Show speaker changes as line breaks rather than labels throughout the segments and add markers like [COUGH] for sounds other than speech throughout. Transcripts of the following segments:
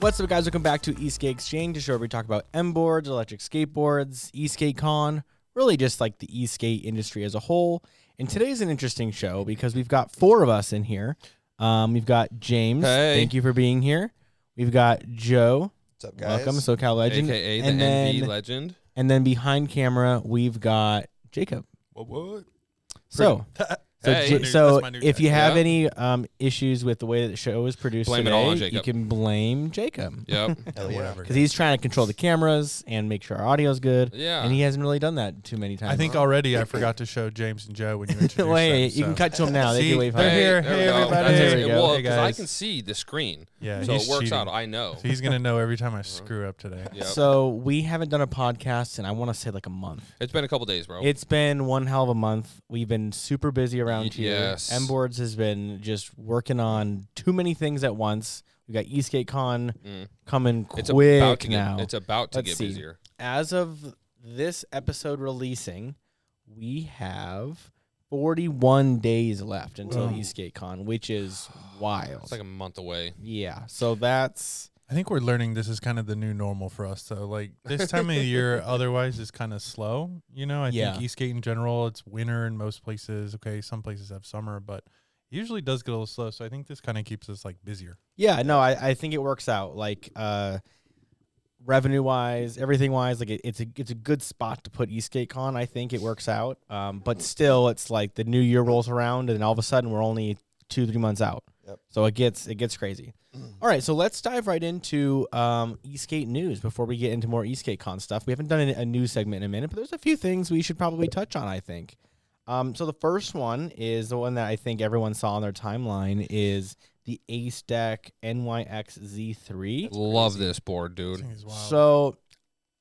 What's up, guys? Welcome back to Eastgate Exchange, a show where we talk about M boards, electric skateboards, Eastgate Con, really just like the Eastgate industry as a whole. And today's an interesting show because we've got four of us in here. Um, we've got James.
Hey.
Thank you for being here. We've got Joe.
What's up, guys?
Welcome, SoCal Legend.
AKA the
and then,
NV legend.
and then behind camera, we've got Jacob.
What, what?
So, so,
Hey.
Ja-
That's my new-
so
that's my new
if
tag.
you have
Yeah.
any um, issues with the way that the show is produced
Blame it
today,
all on
you
Jacob.
can blame Jacob. [LAUGHS]
Yep.
Hell yeah.
whatever.
because he's trying to control the cameras and make sure our audio's good.
Yeah.
and he hasn't really done that too many times.
I think already I forgot to show James and Joe when you
[LAUGHS]
introduced
Wait,
them,
you can
so-
cut to him now. They
See,
can wave.
They're
hi.
here.
there
Hey,
we go.
everybody.
That's
There we
it.
go.
Well,
Hey,
'cause I
guys.
can see the screen.
Yeah,
So
he's
it works
cheating.
out. I know.
So he's gonna know every time I screw up today.
Yep.
So we haven't done a podcast in I want to say like a month.
it's been a couple days, bro.
It's been one hell of a month. We've been super busy
Y-
around here.
yes.
M Boards has been just working on too many things at once. We got Eastgate Con
Mm.
coming
It's
quick
about to
now.
get it's about to
Let's
get
see.
busier.
As of this episode releasing, we have 41 days left until
Whoa.
Eastgate Con, which
[SIGHS]
is wild.
It's like a month away.
Yeah. So that's
I think we're learning this is kind of the new normal for us though. Like this time of year otherwise is kind of slow. You know, I
Yeah.
think Eastgate in general, it's winter in most places. Okay, some places have summer, but it usually does get a little slow. So I think this kind of keeps us like busier.
yeah, no, I, I think it works out. Like uh revenue wise, everything wise, like it, it's a it's a good spot to put Eastgate Con. I think it works out. Um but still it's like the new year rolls around and all of a sudden we're only two, three months out.
Yep.
So it gets it gets crazy. All right, so let's dive right into um, Eastgate news before we get into more Eastgate Con stuff. We haven't done a a news segment in a minute, but there's a few things we should probably touch on. I think. Um, so the first one is the one that I think everyone saw on their timeline is the Ace Deck NYX Z3.
Love this board, dude.
Thing is wild.
So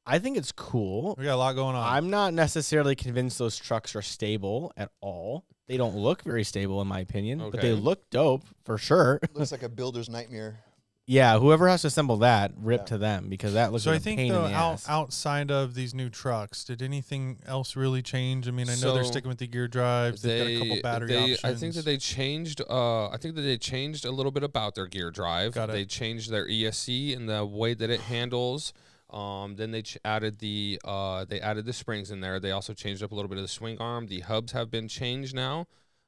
I think it's cool.
we got a lot going on.
I'm not necessarily convinced those trucks are stable at all. They don't look very stable in my opinion, but they
Okay.
look dope for sure. [LAUGHS]
Looks like a
[LAUGHS]
builder's nightmare.
Yeah, whoever has to assemble that, rip
Yeah.
to them because that looks
so
like
I
a
think
pain
though,
in the
out,
ass.
outside of these new trucks, did anything else really change? I mean, I know they're
So,
sticking with the gear drives. They've got a couple battery
they-
options.
I think that they changed. Uh, I think that they changed a little bit about their gear drive.
Got it.
They changed their E ESC and the way that it handles. Um, then they ch- added the uh, they added the springs in there. They also changed up a little bit of the swing arm. The hubs have been changed now.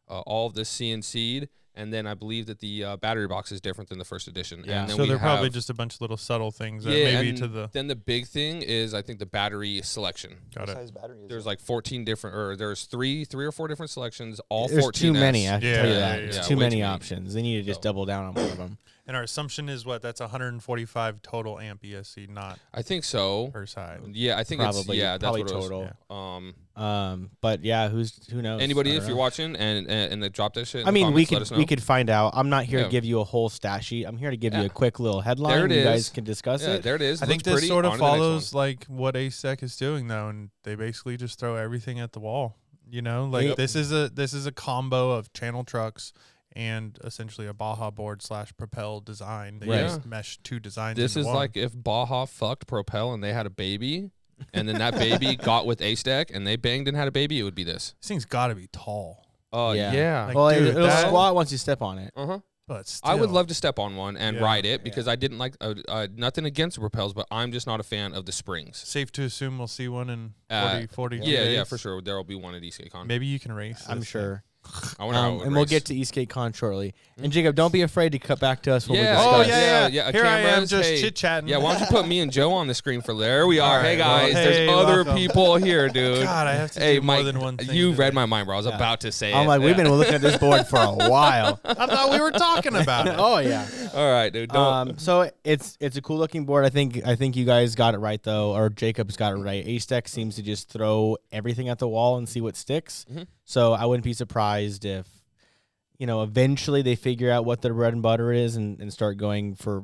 Uh, all of this CNC'd, and then I believe that the uh, battery box is different than the first edition.
Yeah.
And then
so
we
they're probably
have-
just a bunch of little subtle things that
Yeah,
maybe
and
to the
Then the big thing is I think the battery selection.
got
What
it.
size battery is
There's
it?
like 14 different, or there's three, three or four different selections. All
There's
14s.
too many. I can
Yeah,
tell you
yeah,
that.
yeah,
There's
yeah.
too
Way
many
too many.
options. They need to just
So-
double down on one of them.
And our assumption is what that's 145 total amp ESC, not
I think so.
per side.
Yeah, I think it's
Probably,
yeah, that's
probably
what it was.
total.
Um,
Um, but yeah, who's who knows? I
anybody,
don't
if you're
know.
watching and and, and they drop that shit, in
I
the
mean, we
comments, let
could
us know.
we could find out. I'm not here to
Yeah.
give you a whole stat sheet. I'm here to give you
Yeah.
a quick little headline.
it
you guys
is.
can discuss
Yeah,
it.
there it is.
I think
Looks
this
pretty.
sort
On
of
to the next
follows like what ASEC is doing though, and they basically just throw everything at the wall. You know, like
Yep.
this is a this is a combo of channel trucks and essentially a Baja board slash propel design. They
Right.
just mesh two
one.
designs.
This
into
is
one.
like if Baja fucked Propel and they had a baby, and then that
[LAUGHS]
baby got with Ace Deck and they banged and had a baby. It would be this.
this thing's got to be tall,
Uh,
Yeah.
yeah.
Like,
well,
dude,
it, will
that-
squat once you step on it.
uh huh.
but
I would
still.
love to step on one and
Yeah.
ride it because I didn't like uh, uh, nothing against the propels, but I'm just not a fan of the springs.
Safe to assume we'll see one in 40,
Uh,
40
Yeah, yeah,
days.
for sure. There will be one at ECCon.
Maybe you can race.
I'm
this
sure.
I wonder how it
Um,
would
and we'll
race.
get to Eastgate Con shortly. And Jacob, don't be afraid to cut back to us when
Yeah.
we
Oh
discuss.
yeah, yeah.
yeah, yeah,
Here I am,
cameras,
just
hey.
chit chatting.
Yeah, why don't you put me and Joe on the screen for there we are.
All
hey
right, well,
guys,
hey,
there's other
welcome.
people here, dude.
God, I have to
hey,
do
Mike,
more than one thing.
you
today.
read my mind, bro. I was about to say
I'm
it.
like, we've
Yeah.
been looking at this board for a while.
I thought we were
[LAUGHS]
talking about it.
[LAUGHS] oh yeah.
All right, dude. Don't.
Um, so it's it's a cool looking board. I think I think you guys got it right though, or Jacob's got it right. Ace deck seems to just throw everything at the wall and see what sticks.
Mhm.
So I wouldn't be surprised if you know eventually they figure out what their bread and butter is and, and start going for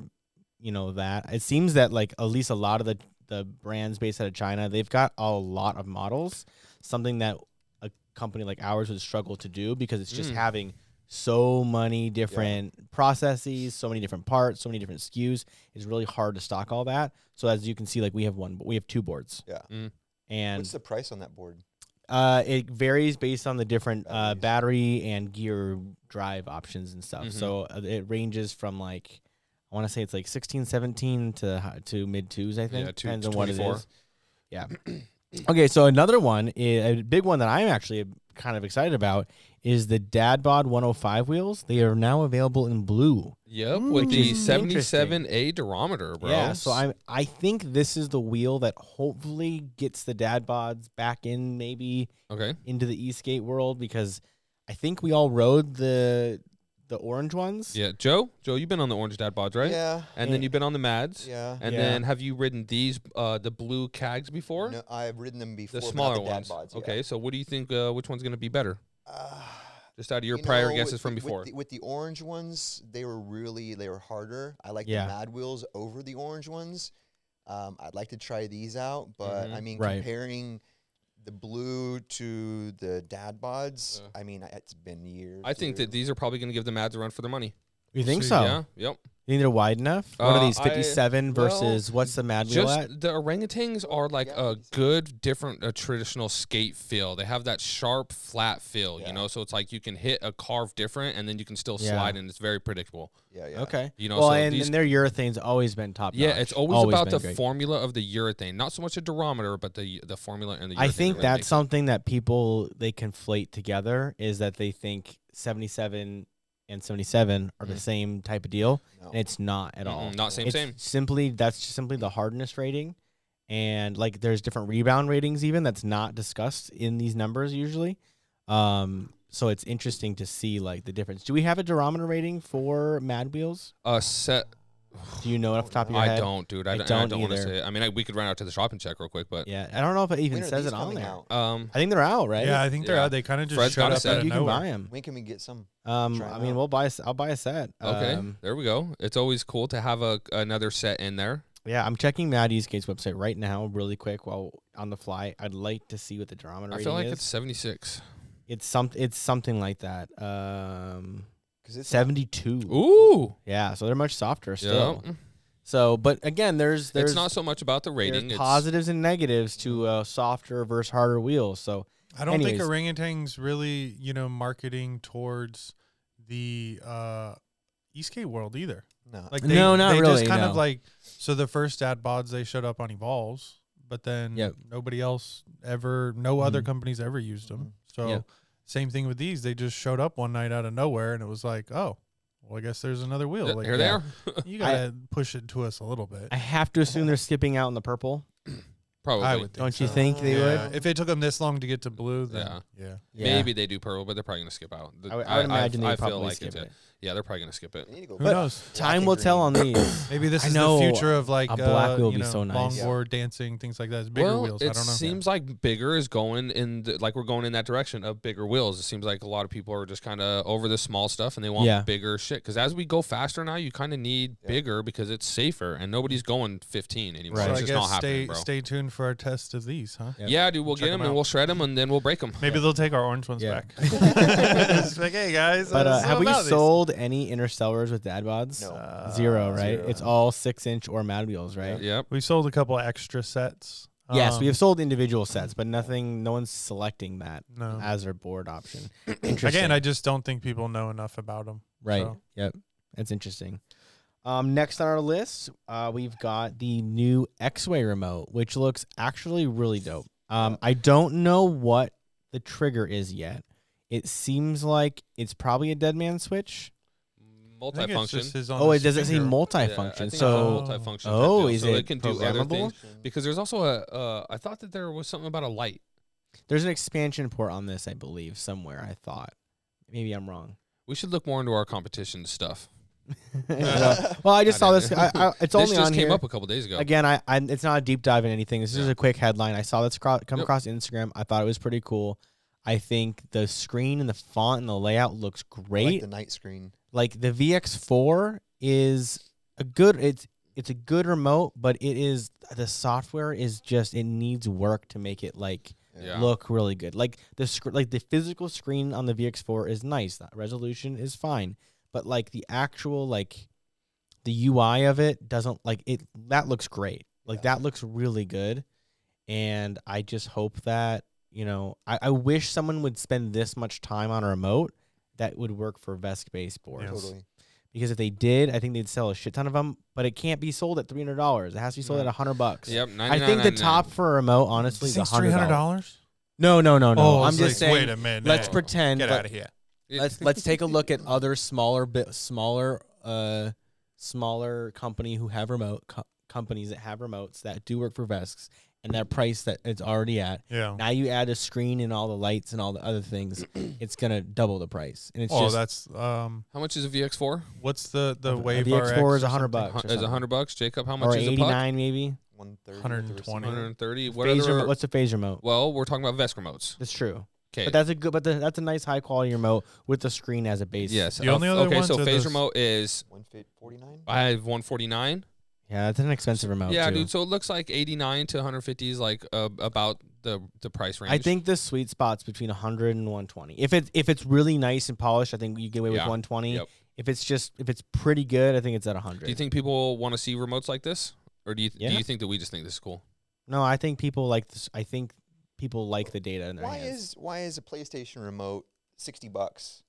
you know that. It seems that like at least a lot of the the brands based out of China, they've got a lot of models. Something that a company like ours would struggle to do because it's just
Mm.
having so many different processes, so many different parts, so many different SKUs. It's really hard to stock all that. So as you can see, like we have one, we have two boards.
Yeah.
Mm.
And
What's the price on that board?
uh, it varies based on the different uh,
Batteries.
battery and gear drive options and stuff.
Mhm.
So uh, it ranges from like I want to say it's like 16, 17 to hi- to mid twos. I think
Yeah, two-
depends on what it
24.
is. Yeah.
[CLEARS THROAT]
okay, so another one, i- a big one that I'm actually kind of excited about is the Dad Bod 105 wheels. They are now available in blue.
Yep, with
Which
the
is
77A durometer, bro.
Yeah, so I'm I think this is the wheel that hopefully gets the Dad Bods back in maybe
okay.
into the e-skate world because I think we all rode the the orange ones.
Yeah, Joe, Joe, you've been on the Orange Dad Bods, right?
Yeah.
And then
Yeah.
you've been on the Mads.
Yeah.
And
Yeah.
then have you ridden these uh the blue cags before?
No, I've ridden them before.
The
but not
smaller
dad
ones.
bods, yeah.
Okay, so what do you think uh, which one's going to be better?
Ah.
Just out of your
You
prior
know,
guesses
with
from
the- with
before.
the- With the, orange ones, they were really they were harder. I like
Yeah.
the Mad Wheels over the orange ones. Um, I'd like to try these out, but
Mm-hmm.
I mean,
Right.
comparing the blue to the dad bods,
Yeah.
I mean, I- it's been years.
Uh. I think that
dude.
these are probably going to give the Mads a run for their money.
You think
See,
so?
Yeah. Yep.
You think they're wide enough? What are
Uh,
these?
I-
Fifty-seven
well,
versus what's the Mad Wheel at?
Just the orangutans are like
yeah,
a
these-
good different uh, traditional skate feel. They have that sharp flat feel,
Yeah.
you know. So it's like you can hit a carve different, and then you can still
Yeah.
slide, and it's very predictable.
yeah, yeah.
Okay.
You know,
well,
so
and,
these-
and their urethane's always been top.
Yeah,
notch.
it's always, about
been
the
great.
formula of the urethane, not so much the durometer, but the the formula and the.
I
urethane
think
that
that's
makes
something that people they conflate together is that they think seventy-seven and seventy-seven are the
Mhm.
same type of deal,
No.
and it's not at
it.
all.
Mm-mm, Not same
it's
same.
Simply, that's just simply the hardness rating, and like there's different rebound ratings even that's not discussed in these numbers usually. Um, so it's interesting to see like the difference. Do we have a durometer rating for Mad Wheels?
Uh, set.
Do you know it off the top of your
I
head?
don't, dude. I,
I
don't. and I
don't
don't want to
either.
say. It. I mean, I, we could run out to the shop and check real quick, but
Yeah, I don't know if it even
When are
says
these
it on
coming
there.
out?
um,
I think they're out, right?
Yeah, I think they're
Yeah.
out. They kind of just
Fred's
showed
got a
up
set.
out
think
of
you can
nowhere.
buy them.
When can we get some?
Um,
Try
I
'em
mean,
out.
we'll buy. a s- I'll buy a set.
okay,
Um,
there we go. It's always cool to have a another set in there.
yeah, I'm checking Mad Eastgate's website right now, really quick, while on the fly. I'd like to see what the durometer
I
rating
feel like
is.
it's seventy six.
It's some it's something like that. Um
Because it's not-
72.
Ooh.
Yeah, so they're much softer
Yeah.
still. So, but again, there's there's
it's not so much about the
there's
rating. It's
positives and negatives to uh, softer versus harder wheels. So,
I don't
Anyways.
think orangutans really, you know, marketing towards the uh Eastgate world either.
no.
Like
No, not
they
really,
just kind
no.
of like so the first dad bods they showed up on Evolves, but then
Yep.
nobody else ever no other
Mhm.
companies ever used them. So
Yeah.
same thing with these. They just showed up one night out of nowhere and it was like, "Oh, well I guess there's another wheel."
th-
like
here
yeah,
they are.
[LAUGHS]
You got to push it to us a little bit.
I have to assume they're skipping out in the purple.
Probably.
I would think
Don't you
so.
think they
Yeah.
would?
If it took them this long to get to blue, then yeah.
Maybe they do purple, but they're probably gonna skip out. The-
I, would- I would imagine they
I
would probably
feel like
skip
it's
it.
Yeah, they're probably gonna skip it.
I need to go
Who
back.
knows?
Time
Black
will
and
tell on
[COUGHS]
green.
these.
Maybe this
I
is
know
the future of like
a black
uh,
wheel would
you
be
know,
so nice. Yeah.
longboard dancing, things like that. It's bigger
well,
wheels.
it
I don't know.
seems like bigger is going in. The, like we're going in that direction of bigger wheels. It seems like a lot of people are just kind of over the small stuff and they want
Yeah.
bigger shit. Because as we go faster now, you kind of need
Yeah.
bigger because it's safer and nobody's going 15 anymore.
Right.
So
It's
I
just
guess
not
stay
happening, bro.
stay tuned for our test of these, huh?
Yep.
Yeah, dude, we'll
Check
get
'em
them and
out.
we'll shred them and then we'll break
[LAUGHS]
them.
Maybe they'll take our orange ones
Yeah. [LAUGHS]
back. [LAUGHS] It's like, hey guys,
But uh,
that's
have
all
we
about Uh, these.
sold any interstellars with dad bods?
No.
Zero, right?
zero.
It's all six inch or mad wheels, right?
Yep.
We sold a couple extra sets.
Yes, we
Um,
have sold individual sets, but nothing. No one's selecting that
Um, No.
Um,
as their board
[CLEARS THROAT]
option. Interesting.
Again, I just don't think people know enough about them.
Right.
So-
Yep. That's interesting. Um, next on our list, uh, we've got the new X-Way remote, which looks actually really dope. Um, I don't know what the trigger is yet. It seems like it's probably a dead man switch.
Multifunction.
Oh, it does it say
Yeah, I
multifunction?
think it's a
so
all-
multifunction type
Oh,
deal.
is
so
it
can do other
programmable?
things because there's also a. Uh, I thought that there was something about a light.
there's an expansion port on this, I believe, somewhere. I thought. Maybe I'm
[LAUGHS]
wrong. [LAUGHS]
We should look more into our competition stuff.
well, I just
I
saw
don't
this.
know.
I, I, it's
this
only
just
on
came
here.
up a couple days ago.
Again, I, I it's not a deep dive in anything. This is just
Yeah.
a quick headline. I saw this cro- come
Yep.
across Instagram. I thought it was pretty cool. I think the screen and the font and the layout looks
I like
great.
the night screen.
Like the, VX4 is a good it's it's a good remote, but it is the software is just it needs work to make it like
Yeah.
look really good. Like the sc- like the physical screen on the VX4 is nice. That resolution is fine, but like the actual like the UI of it doesn't like it. That looks great. Like
Yeah.
that looks really good, And I just hope that, you know, I, I wish someone would spend this much time on a remote that would work for Vesk baseboards.
Yes.
Totally.
Because if they did, I think they'd sell a shit ton of them, but it can't be sold at $300. It has to be sold
No.
at 100 bucks.
Yep.
I think the top for a remote, honestly, is
This thing's
$100.
$300?
No, no, no, no.
Oh,
I'm
it's
just
like,
saying.
Wait a minute.
let's
now.
pretend.
Get
let-
out of here.
let's let's take a look at other smaller bit smaller uh smaller company who have remote co- companies that have remotes that do work for Vesks and that price that it's already at.
Yeah.
Now you add a screen and all the lights and all the other things, it's gonna double the price. And it's
oh,
just
that's um.
[LAUGHS] How much is a VX4?
What's the the
Uh,
wave?
the Explorer is
a
100 bucks.
Hun-
or
Is
something.
a hundred bucks. Jacob, how
or
much is a
eighty
puck?
nine maybe.
130.
120.
One hundred and thirty. What
Phase
other?
remote- what's a phase remote?
well, we're talking about Vesk remotes.
That's true.
Okay.
But that's a good. But the, that's a nice high quality remote with the screen as a base.
yes. Uh,
The only other
okay.
ones
so
are
phase
those-
remote is
149.
I have one forty nine.
Yeah, that's an expensive remote.
yeah,
too.
dude. So it looks like eighty nine to one hundred fifty is like uh, about the the price range.
I think the sweet spot's between 100 and 120. If it's if it's really nice and polished, I think you get away with
Yeah.
120.
Yep.
If it's just if it's pretty good, I think it's at 100.
Do you think people want to see remotes like this, or do you
Yeah.
do you think that we just think this is cool?
no, I think people like this. I think people like the data in their
Why
hands.
is why is a PlayStation remote 60 bucks?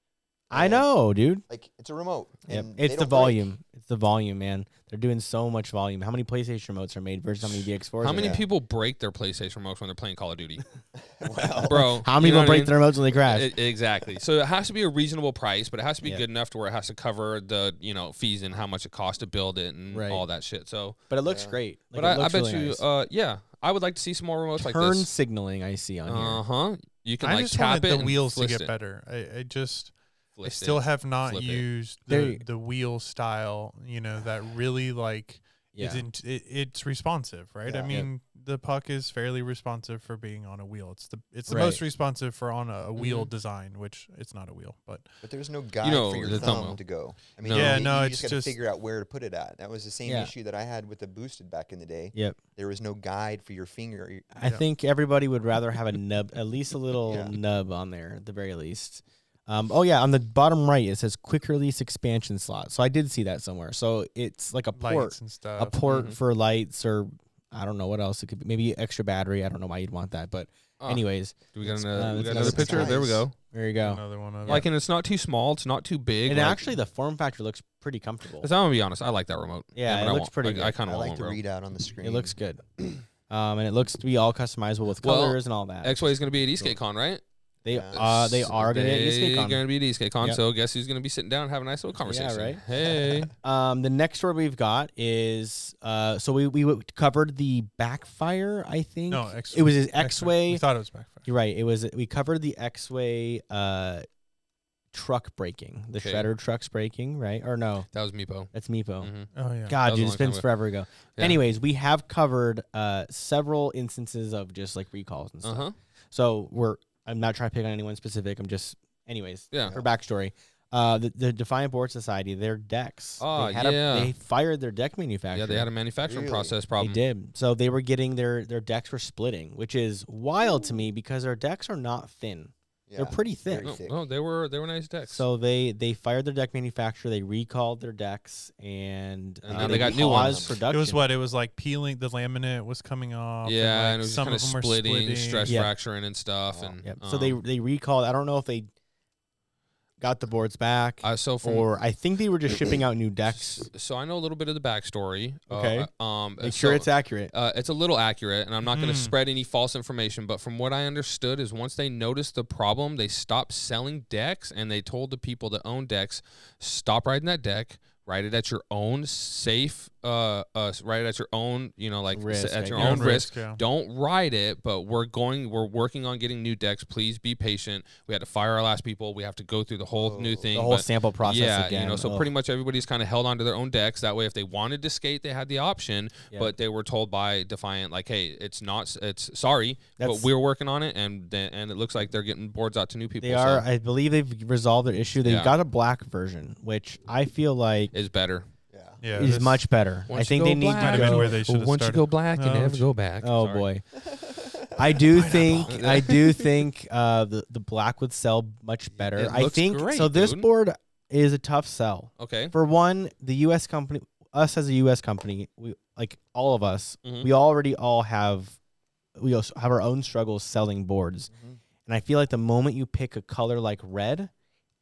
I
And,
know, dude.
Like it's a remote.
Yep.
and they
It's the
don't break.
volume. It's the volume, man. They're doing so much volume. How many PlayStation remotes are made versus how many VX4s?
How
are
many
there?
people break their PlayStation remotes when they're playing Call of Duty,
[LAUGHS]
[LAUGHS]
Well,
bro?
[LAUGHS] How many
you
people
know what I
break
mean?
their remotes when they crash?
E- exactly. So it has to be a reasonable price, but it has to be
Yeah.
good enough to where it has to cover the you know fees and how much it costs to build it and
Right.
all that shit. So,
but it looks
Yeah.
great. Like,
but
it
I, I
looks
bet
really
you,
nice.
uh, yeah, I would like to see some more remotes
turn
like this.
signaling I see on
Uh
here.
huh. You can
I
like
just
tap
wanted
it
the
and
wheels to
flist
get
it,
better. I, I just I
flist
still
it.
have not
flip it.
used
There
the,
you-
the wheel style. You know that really like
Yeah.
is in, it, it's responsive, right?
Yeah. Yeah.
I mean, the puck is fairly responsive for being on a wheel. It's the it's the
Right.
most responsive for on a, a
Mm-hmm.
wheel design, which it's not a wheel, but
But there's no guide
know,
for your
the
thumb
thumbnail.
to go. I mean,
No.
Yeah,
you,
no,
you
it's
just got to
just-
figure out where to put it at. That was the same
Yeah.
issue that I had with the boosted back in the day.
Yep.
There was no guide for your finger.
I
Yeah.
think everybody would rather have a nub, at least a little
Yeah.
nub on there at the very least. Um, oh yeah, on the bottom right it says quick release expansion slot. So I did see that somewhere. So it's like a port,
lights and
a
stuff.
port
Mhm.
for lights or I don't know what else it could be. Maybe extra battery. I don't know why you'd want that, but
Ah,
anyways,
do we got
it's-
another,
uh,
we
it's
got
another
another picture? There we
size.
go.
there you go.
Another one of
Like, and it's not too small. It's not too big.
And
like-
actually, the form factor looks pretty comfortable.
I'm gonna be honest. I like that remote.
Yeah, it
but I
looks
want-
pretty
I-
good.
I kind
I
of
like
want
the
one, bro.
readout on the screen.
It looks good, um, and it looks to be all customizable with
Well,
colors and all that.
X Way is gonna be at EastgateCon, right?
They
Yeah.
uh, they
So
are gonna get
they
Eastgate on.
gonna be at EastgateCon.
Yep.
So guess who's gonna be sitting down and having a nice little conversation?
right? [LAUGHS]
Hey,
Um, the next story we've got is uh, so we we w- covered the backfire. I think
no, X-
it was his
X-Way.
X-way.
We thought it was backfire.
You're right. It was we covered the X-way uh, truck braking, the
Okay.
shredder trucks braking, right? Or no,
that was Meepo.
that's Meepo.
Mhm.
Oh yeah.
That
God,
was a
dude, it's
long time
been
ago.
forever ago.
Yeah.
Anyways, we have covered uh, several instances of just like recalls and
Uh
stuff.
huh.
So we're I'm not trying to pick on anyone specific. I'm just anyways
Yeah.
her backstory. Uh, the, the Defiant Board Society, their decks.
Oh,
they had
yeah.
A, they fired their deck manufacturer.
Yeah, they had a manufacturing
Really?
process
They
problem.
did. So they were getting their their decks were splitting, which is wild to me because their decks are not thin. They're pretty thick.
Very
No,
thick.
no, Oh, they were they were nice decks.
So they they fired their deck manufacturer. They recalled their decks, and,
And
uh,
now they got new
paused
ones.
Production.
It was what it was like peeling the laminate was coming off. and,
yeah,
like,
and it was
some
kind of
of them were
splitting, stress
Yeah.
fracturing, and stuff.
Wow.
And
Yep. so they
um,
they recalled. I don't know if they got the boards back,
I uh, so from
or I think they were just shipping out new decks.
so I know a little bit of the backstory. Uh,
Okay.
um,
Make
so-
sure it's accurate.
uh, it's a little accurate, and I'm not going to
Mhm.
spread any false information. But from what I understood, is once they noticed the problem, they stopped selling decks, and they told the people that own decks, stop riding that deck. Ride it at your own safe. Uh, uh, ride it at your own. You know, like s-
Risk, I
at your
guess.
own risk.
yeah.
Don't ride it, but we're going. We're working on getting new decks. Please be patient. We had to fire our last people. We have to go through the whole new
Oh.
thing.
the whole
but-
sample process
yeah,
again.
you know, so
Ugh.
pretty much everybody's kind of held onto their own decks. That way, if they wanted to skate, they had the option.
Yeah.
But they were told by Defiant, like, "Hey, it's not. It's sorry,
That's-
but we're working on it." And th- and it looks like they're getting boards out to new people.
They are,
so
I believe, they've resolved their issue. They've
Yeah.
got a black version, which I feel like
is better.
Yeah.
Yeah,
is
this-
much better. I
Once you
think
go
they need
black- Might
to
Might have
go.
been where they should have
once
started.
you go black, you
No,
never
it's-
go back.
oh
Sorry.
boy, [LAUGHS] [LAUGHS] I do
[LAUGHS]
think I do think uh, the the black would sell much better.
It
I
looks
think
great,
so. This
dude.
board is a tough sell.
Okay.
For one, the U.S. company, us as a U.S. company, we like all of us,
Mhm.
we already all have we also have our own struggles selling boards.
Mhm.
And I feel like the moment you pick a color like red,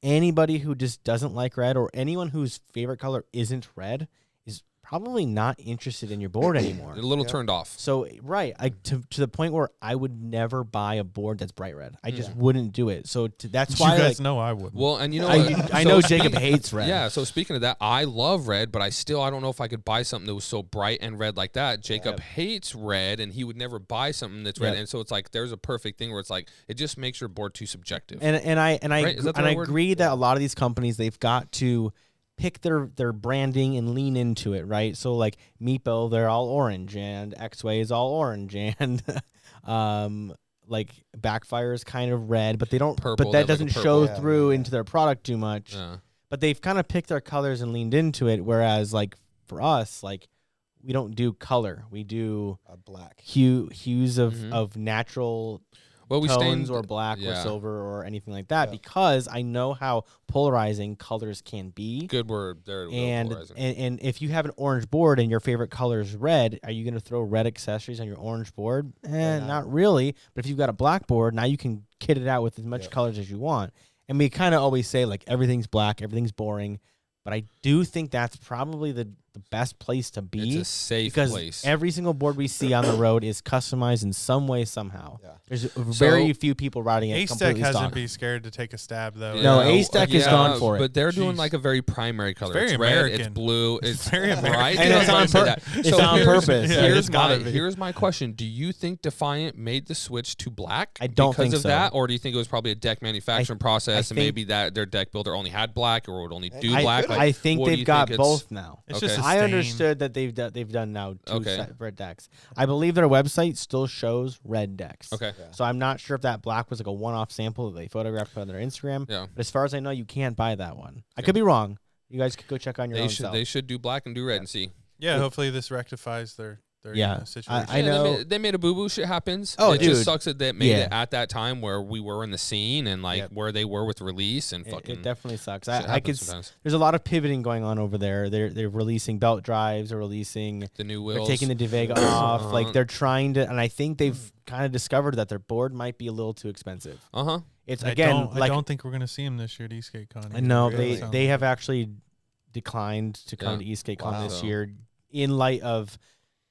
anybody who just doesn't like red or anyone whose favorite color isn't red is probably not interested in your
[COUGHS]
board anymore.
a little
Yep.
turned off.
So right, I to to the point where I would never buy a board that's bright red. I just
Yeah.
wouldn't do it. So to, that's
you
why
guys
like,
know I would.
Well, and you know,
I,
what?
I
So [LAUGHS]
know
spe-
Jacob hates red.
Yeah. So speaking of that, I love red, but I still I don't know if I could buy something that was so bright and red like that. Jacob hates red, and he would never buy something that's red.
Yeah.
And so it's like there's a perfect thing where it's like it just makes your board too subjective.
and and I and I
Right, is that the
and I
right word?
agree that a lot of these companies they've got to pick their their branding and lean into it, right? So like Meepo, they're all orange, and X Way is all orange, [LAUGHS] and um like Backfire is kind of red, but they don't.
Purple,
but
they
that
have, like, a
doesn't
purple.
show
Yeah,
through
yeah.
into their product too much.
Yeah.
But they've kind of picked their colors and leaned into it. Whereas like for us, like we don't do color, we do
A black.
hue hues of
Mhm.
of natural
well, we
tones
stained
or black or
yeah.
silver or anything like that
Yeah.
because I know how polarizing colors can be.
good word there. it was,
And,
polarizing.
and and if you have an orange board and your favorite color is red, are you going to throw red accessories on your orange board? Eh,
not-
not really. But if you've got a black board, now you can kit it out with as much
Yeah.
colors as you want. And we kind of always say like everything's black, everything's boring, but I do think that's probably the, the best place to be
it's a safe
because
place.
every single board we see on the road is customized in some way somehow.
Yeah.
There's very few people riding it
Ace Tech
completely
E hasn't
stock.
been scared to take a stab though.
No, Ace Tech is gone for it.
But they're doing
Jeez.
like a very primary color.
very
It's, red, it's
American.
blue, it's
very
right.
American.
And
That's
it's
why I
on
said
pur-
that.
it's
So
on
here's-
purpose.
Yeah,
Here's
it's gotta
my
be.
here's my question. Do you think Defiant made the switch to black?
I don't
because
think
of
so.
that, or do you think it was probably a deck manufacturing process, and
think-
maybe that their deck builder only had black, or would only do
I-
black?
I,
Like,
I think
what do
they've
you
got
think it's-
both now.
It's
Okay.
just a
I
stain.
understood that they've done, they've done now two
Okay.
separate decks. I believe their website still shows red decks.
Okay.
Yeah.
So I'm not sure if that black was like a one-off sample that they photographed on their Instagram.
Yeah.
But as far as I know, you can't buy that one. I could be wrong. You guys could go check on your
They
own
should
self.
they should do black and do red and see.
Yeah, hopefully this rectifies their their you
Yeah.
know, situation.
I
Yeah, they
know-
made, they made a boo boo. Shit happens.
Oh,
it
dude.
just sucks that they made
Yeah.
it at that time where we were in the scene and like
Yeah.
where they were with release and
It-
fucking.
it, definitely sucks.
shit
I, I could.
happens
s-
sometimes.
There's a lot of pivoting going on over there. They're they're releasing belt drives. They're releasing.
the new wheels.
They're taking the Devega off.
Uh-huh.
Like they're trying to, and I think they've kind of discovered that their board might be a little too expensive.
uh huh.
It's
I
again
don't, I
like
don't think we're gonna see him this year at Eastgate Con. either.
no,
It
they
sounds-
they have actually declined to come
Yeah.
to Eastgate Con
Wow.
this year in light of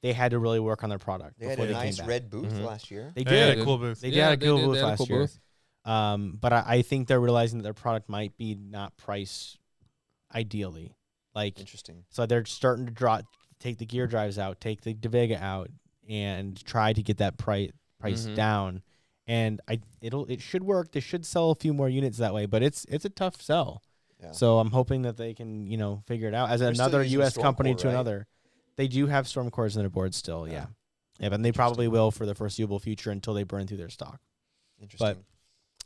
they had to really work on their product.
They had
before
a
they
nice
came back.
red booth
Mhm.
last year.
They
They had
did.
a cool booth.
They did
Yeah,
have a
they
cool
did.
booth
They had a
last
cool
year.
booth.
Um, but I, I think they're realizing that their product might be not priced ideally. Like
Interesting.
So they're starting to draw, take the gear drives out, take the Devega out, and try to get that price price
Mm-hmm.
Mhm.
down. And I it'll it should work. They should sell a few more units that way, but it's it's a tough sell.
Yeah.
So I'm hoping that they can you know figure it out as
They're still
another
using
U.S.
Storm
company
Core,
to
right?
another. They do have storm cores in their board still, yeah.
Yeah.
yeah. but and they probably will for the foreseeable future until they burn through their stock.
Interesting.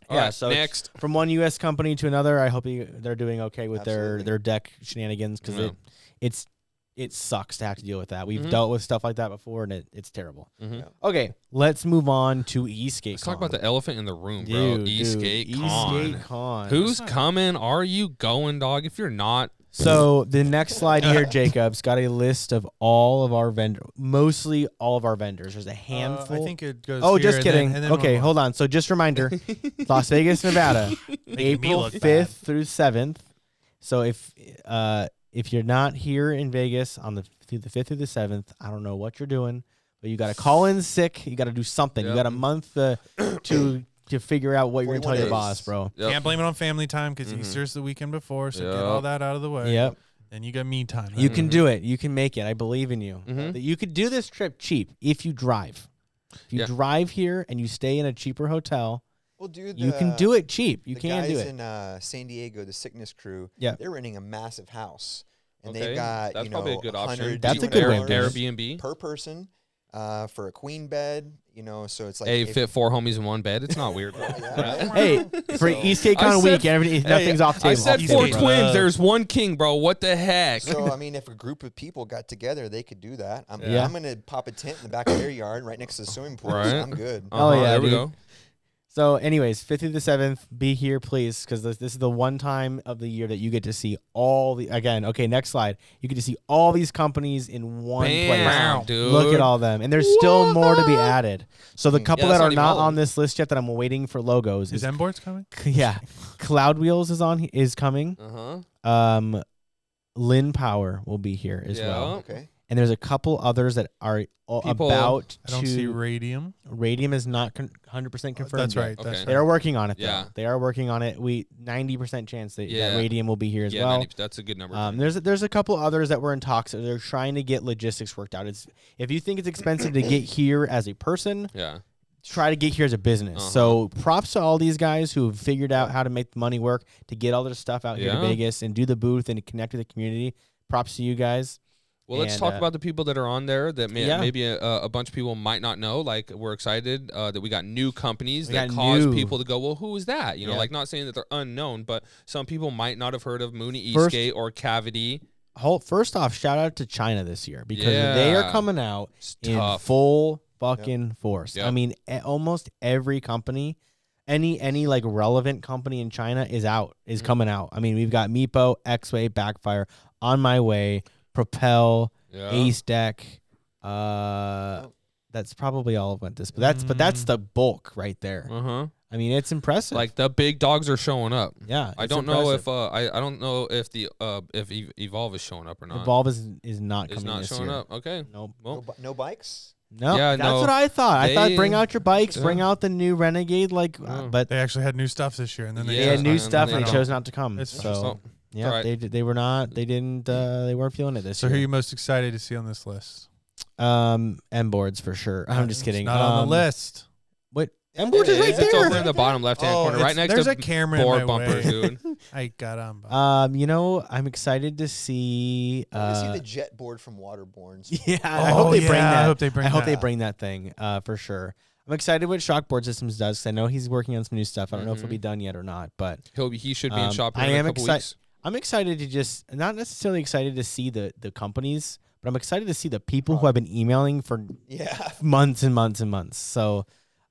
All
yeah,
right,
so it's-
next.
from one U.S. company to another. I hope you, they're doing okay with their
Absolutely.
their deck shenanigans because
Yeah.
it it's it sucks to have to deal with that. We've
Mhm.
dealt with stuff like that before, and it, it's terrible.
Mhm.
Yeah.
Okay, let's move on to Eastgate.
Let's talk about
Con.
the elephant in the room, bro.
Dude,
Eastgate
dude,
Con.
Eastgate Con.
Who's coming? Are you going, dog? If you're not,
so the next slide
[LAUGHS]
here, Jacob's got a list of all of our vendor, mostly all of our vendors. There's a
Uh,
handful.
I think it goes.
Oh,
here
just
and then-
kidding.
and then
okay,
we'll-
hold on. So just
[LAUGHS]
reminder, Las Vegas, Nevada, April
look bad.
fifth through seventh. So if uh if you're not here in Vegas on the through the fifth through the seventh, I don't know what you're doing, but you got to call in sick. You got to do something. You
Yep.
got a month uh, to to figure out what you're gonna tell
41
your
days.
boss, bro.
Yep.
Can't blame it on family time because
Mhm.
Easter's the weekend before, so
Yep.
get all that out of the way.
Yep,
Then you got me time.
you
then.
can do it. You can make it. I believe in you.
Mhm.
Mm-hmm.
That You could do this trip cheap if you drive. If you
Yeah.
drive here and you stay in a cheaper hotel,
Well, dude,
you can
the-
do it cheap. You
the
can
guys
do it.
in uh, San Diego, the sickness crew.
Yeah.
they're renting a massive house, and
Okay,
they've got
that's
you know
probably a good option.
100
That's a good way of
$200
doing it.
Airbnb.
per person uh, for a queen bed. You know, so it's like
hey,
if-
fit four homies in one bed. It's not weird. bro.
[LAUGHS]
[LAUGHS]
Yeah, right?
Hey, for
So-
Eastgate
I
Con
said-
week, everything, nothing's off table. Uh,
I said
Eastgate,
four
bro.
twin-
twins. There's one king, bro. What the heck?
So I mean, if a group of people got together, they could do that. I'm,
Yeah.
I'm gonna pop a tent in the back of their yard, right next to the swimming pool. so
Right.
I'm good.
Oh,
Uh-huh,
yeah,
there we
dude.
go.
So, anyways, 5th through the 7th, be here, please, because this, this is the one time of the year that you get to see all the. Again, okay, next slide. You get to see all these companies in one
Bam,
place.
dude. Hmm.
Look at all them. And there's still more to be added. So, the couple
Yeah, that's
that are
not even
not
all of
on
them.
this list yet that I'm waiting for logos is.
Is Embort's coming?
[LAUGHS] yeah. Cloud Wheels is on is coming.
Uh huh.
Uh-huh.
Um, Lynn Power will be here as well.
Yeah.
Okay.
And there's a couple others that are a-
People-
about
I don't
to.
see radium.
Radium is not con- 100% confirmed.
That's
yet.
right.
Okay.
That's
They are working on it. Though.
Yeah.
they are working on it. We ninety percent chance that,
Yeah.
that radium will be here as
Yeah,
well.
90 that's a good number.
Um, there's a, there's a couple others that were in talks. that They're trying to get logistics worked out. It's if you think it's expensive to get here as a person,
yeah.
try to get here as a business. So props to all these guys who have figured out how to make the money work to get all their stuff out here to
Yeah.
Vegas and do the booth and to connect with the community. Props to you guys.
Well, let's
And,
talk
uh,
about the people that are on there that may,
Yeah.
maybe a, a bunch of people might not know. Like, we're excited uh, that we got new companies
We
that
got
cause
new.
people to go, well, who is that? You know,
Yeah.
like not saying that they're unknown, but some people might not have heard of Mooney
First-
Eastgate or Cavity.
Whole, first off, shout out to China this year because they are
Yeah.
coming out
It's
in
tough.
full fucking force. I
Yep.
mean, a- almost every company, any any like relevant company in China is out, is
Mhm.
coming out. I mean, we've got Meepo, X Way, Backfire, On My Way, Propel,
yeah.
Ace Deck. Uh, that's probably all of this, but that's but that's
Mm.
the bulk right there.
Uh huh.
I mean, it's impressive.
Like the big dogs are showing up.
yeah,
I
it's
don't know
impressive.
if uh, I I don't know if the uh if Ev- Evolve is showing up or not.
Evolve is is not
is
coming
not
this
showing
year.
up. Okay.
Nope.
No,
Well,
bi- no bikes.
No,
Yeah,
that's
no.
what I thought. I thought
They-
bring out your bikes,
Yeah.
bring out the new Renegade, like, uh,
Yeah.
but
They actually had new stuff this year, and then they
they
Yeah,
had
just-
new
and
stuff
then
and they
they
chose not to come.
It's
so
so
yeah,
alright.
they they were not they didn't uh, they weren't feeling it this
So who are
year.
you most excited to see on this list?
um, M boards for sure. [LAUGHS] I'm just
It's
kidding.
not on
Um,
the list.
What M boards is
It's-
right
it's over
there.
in the bottom left hand
Oh,
corner,
it's-
right next
there's
to
a camera in
board
my
bumper,
way.
dude.
I got on. by.
Um, you know, I'm excited to see.
I want to see
Uh,
the jet board from Waterborns.
[LAUGHS] yeah, I
Oh,
hope they bring
yeah,
that.
I hope they bring.
I hope they
that.
bring that thing uh, for sure. I'm excited what Shockboard Systems does because I know he's working on some new stuff. I don't know if it'll
Mhm.
be done yet or not, but
He'll be, he should be in
Um,
shop.
I
here in
am
a couple
excite-
weeks.
I'm excited to just not necessarily excited to see the the companies, but I'm excited to see the people who I've been emailing for
[LAUGHS] Yeah.
months and months and months. So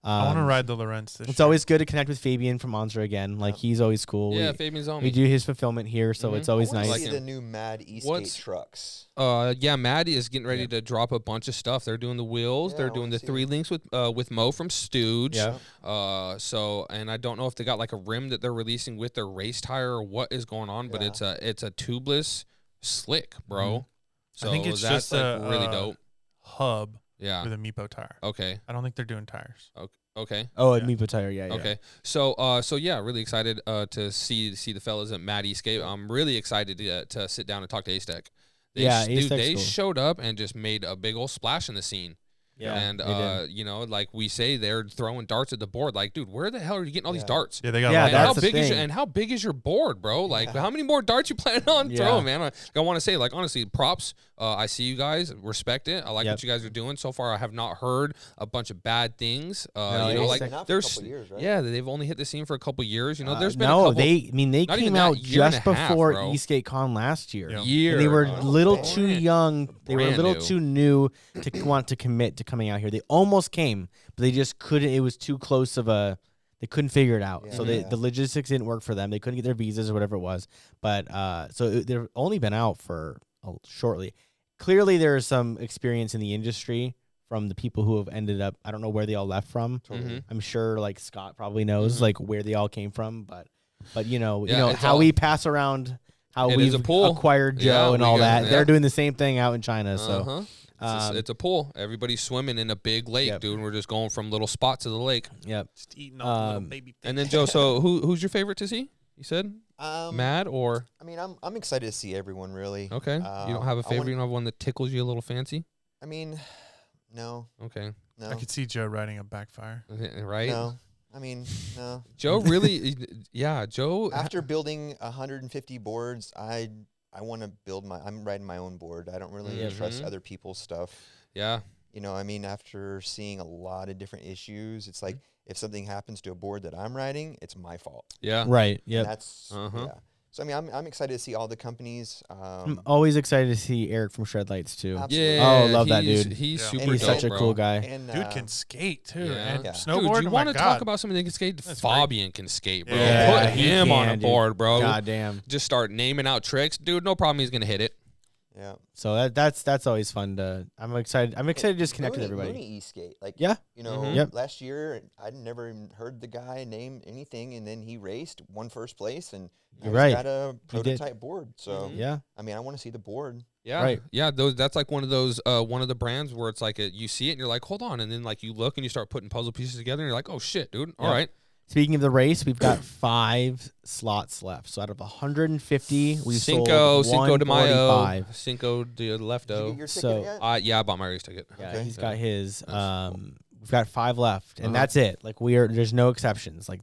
um,
I want to ride the Lorenz. This
It's
year.
always good to connect with Fabian from Monster again. Like he's always cool.
Yeah,
we,
Fabian's on
we do his fulfillment here, so
Mhm.
it's [LAUGHS] always
I wanna
nice.
Like
see
him.
the new Mad Eastgate
What's-
trucks.
Uh, yeah, Maddie is getting ready to drop a bunch of stuff. They're doing the wheels.
Yeah, I
They're
wanna
doing the
see
three
that.
links with uh with Mo from Stooge.
Yeah.
Uh, so and I don't know if they got like a rim that they're releasing with their race tire or what is going on, but
Yeah.
it's a it's a tubeless slick, bro. So
Mm-hmm. I think it's
that's
just
like
a,
really
uh,
dope.
hub
Yeah.
with a Meepo tire.
Okay.
I don't think they're doing tires.
Okay.
Oh,
Yeah.
and Meepo Tire, yeah, yeah.
Okay. So uh so yeah, really excited uh to see see the fellas at Matt Eastgate. I'm really excited to, uh, to sit down and talk to Ace Tech. They
Yeah,
s-
Ace
dude,
Tech's
they
cool.
showed up and just made a big old splash in the scene.
Yeah,
and
they did.
uh, you know, like we say, they're throwing darts at the board. Like, dude, where the hell are you getting all these
Yeah.
darts?
Yeah, they
Yeah,
got. Yeah,
And
that's
how
the
big is your,
thing.
and how big is your board, bro? Like,
Yeah.
how many more darts you plan on
Yeah.
throwing, man? I, like, I want to say, like, honestly, props. Uh, I see you guys, respect it. I like
Yep.
what you guys are doing so far. I have not heard a bunch of bad things. Uh,
No,
you
it's
know,
like-
like
Not for a
there's,
couple years, right?
yeah, they've only hit the scene for a couple years. You know,
Uh,
there's been
no,
a couple
they. I mean, they
not
came
even that
out
year and
just
a half,
before
bro.
Eastgate Con last year.
Yeah. And
year.
And they were
uh,
little
brand-
too young. They were a
brand
little
new.
too new to want to commit to coming out here. They almost came, but they just couldn't. It was too close of a. They couldn't figure it out. So they,
Yeah.
the logistics didn't work for them. They couldn't get their visas or whatever it was. But uh, so it- they've only been out for a, shortly. Clearly, there is some experience in the industry from the people who have ended up. I don't know where they all left from.
Mm-hmm. Hmm?
Totally.
I'm sure like Scott probably knows
Mhm.
like where they all came from, but but you know you
Yeah,
know
it's
how
all-
we pass around how
It is
we've
a pool.
acquired Joe
Yeah,
and
we
all
got-
that.
yeah.
They're doing the same thing out in China. So
uh-huh. It's,
um,
a, it's a pool. Everybody's swimming in a big lake,
Yep.
dude. And we're just going from little spot to the
[LAUGHS]
lake.
yep.
Just eating
all the little Um,
baby
And then Joe, so who who's your favorite to see? You said
Um,
Mad or
I mean, I'm I'm excited to see everyone really.
okay? you don't have a
um, I wanna-
favorite. you don't have one that tickles you a little fancy.
I mean, [SIGHS] no,
Okay,
no,
I could see Joe riding a backfire.
right?
no. I mean,
[LAUGHS]
no.
Joe really, yeah. Joe
After building 150 boards, I I want to build my. I'm riding my own board. I don't really trust
Mhm.
other people's stuff.
yeah,
You know, I mean, after seeing a lot of different issues, it's
Mm-hmm.
like if something happens to a board that I'm riding, it's my fault.
yeah.
Right.
Yeah,
Yep.
That's
Uh-huh.
yeah. So I mean, I'm, I'm excited to see all the companies. Um,
I'm always excited to see Eric from Shred Lights too.
Absolutely.
Yeah.
Oh, love that
he's-
dude.
He's
Yeah.
super
He's
dope,
such a
bro.
cool guy.
And,
Dude
uh,
can skate too,
Yeah.
and
Yeah.
snowboard.
Dude, you
oh my
want to
God.
talk about something that can skate?
That's great.
Fabian can skate, bro.
Yeah,
Put
he
him on
can,
a
dude.
board, bro.
God damn.
Just start naming out tricks, dude. No problem. He's gonna hit it.
Yeah.
So that that's that's always fun to. I'm excited. I'm excited to just connect with
Mooney-
everybody.
Mooney skate like
Yeah.
you know,
Mhm.
Yep.
last year I'd never even heard the guy name anything, and then he raced, won first place, and now
You're
he's
right.
got a
did.
prototype board. So
Mhm.
Yeah.
I mean, I want to see the board.
Yeah,
Right.
Yeah, those. That's like one of those. Uh, one of the brands where it's like a, you see it and you're like, hold on, and then like you look and you start putting puzzle pieces together and you're like, oh shit, dude. All
Yeah.
right.
Speaking of the race, we've got five slots left. So out of 150, we
Cinco,
sold
Cinco de Mayo,
145.
Cinco de
Did you
Lefto.
get your ticket
so-
yet?
Uh, yeah, I bought my race ticket.
Yeah,
Okay.
he's got his.
That's cool.
Um, we've got five left, and
Uh-huh.
that's it. Like we are, there's no exceptions. Like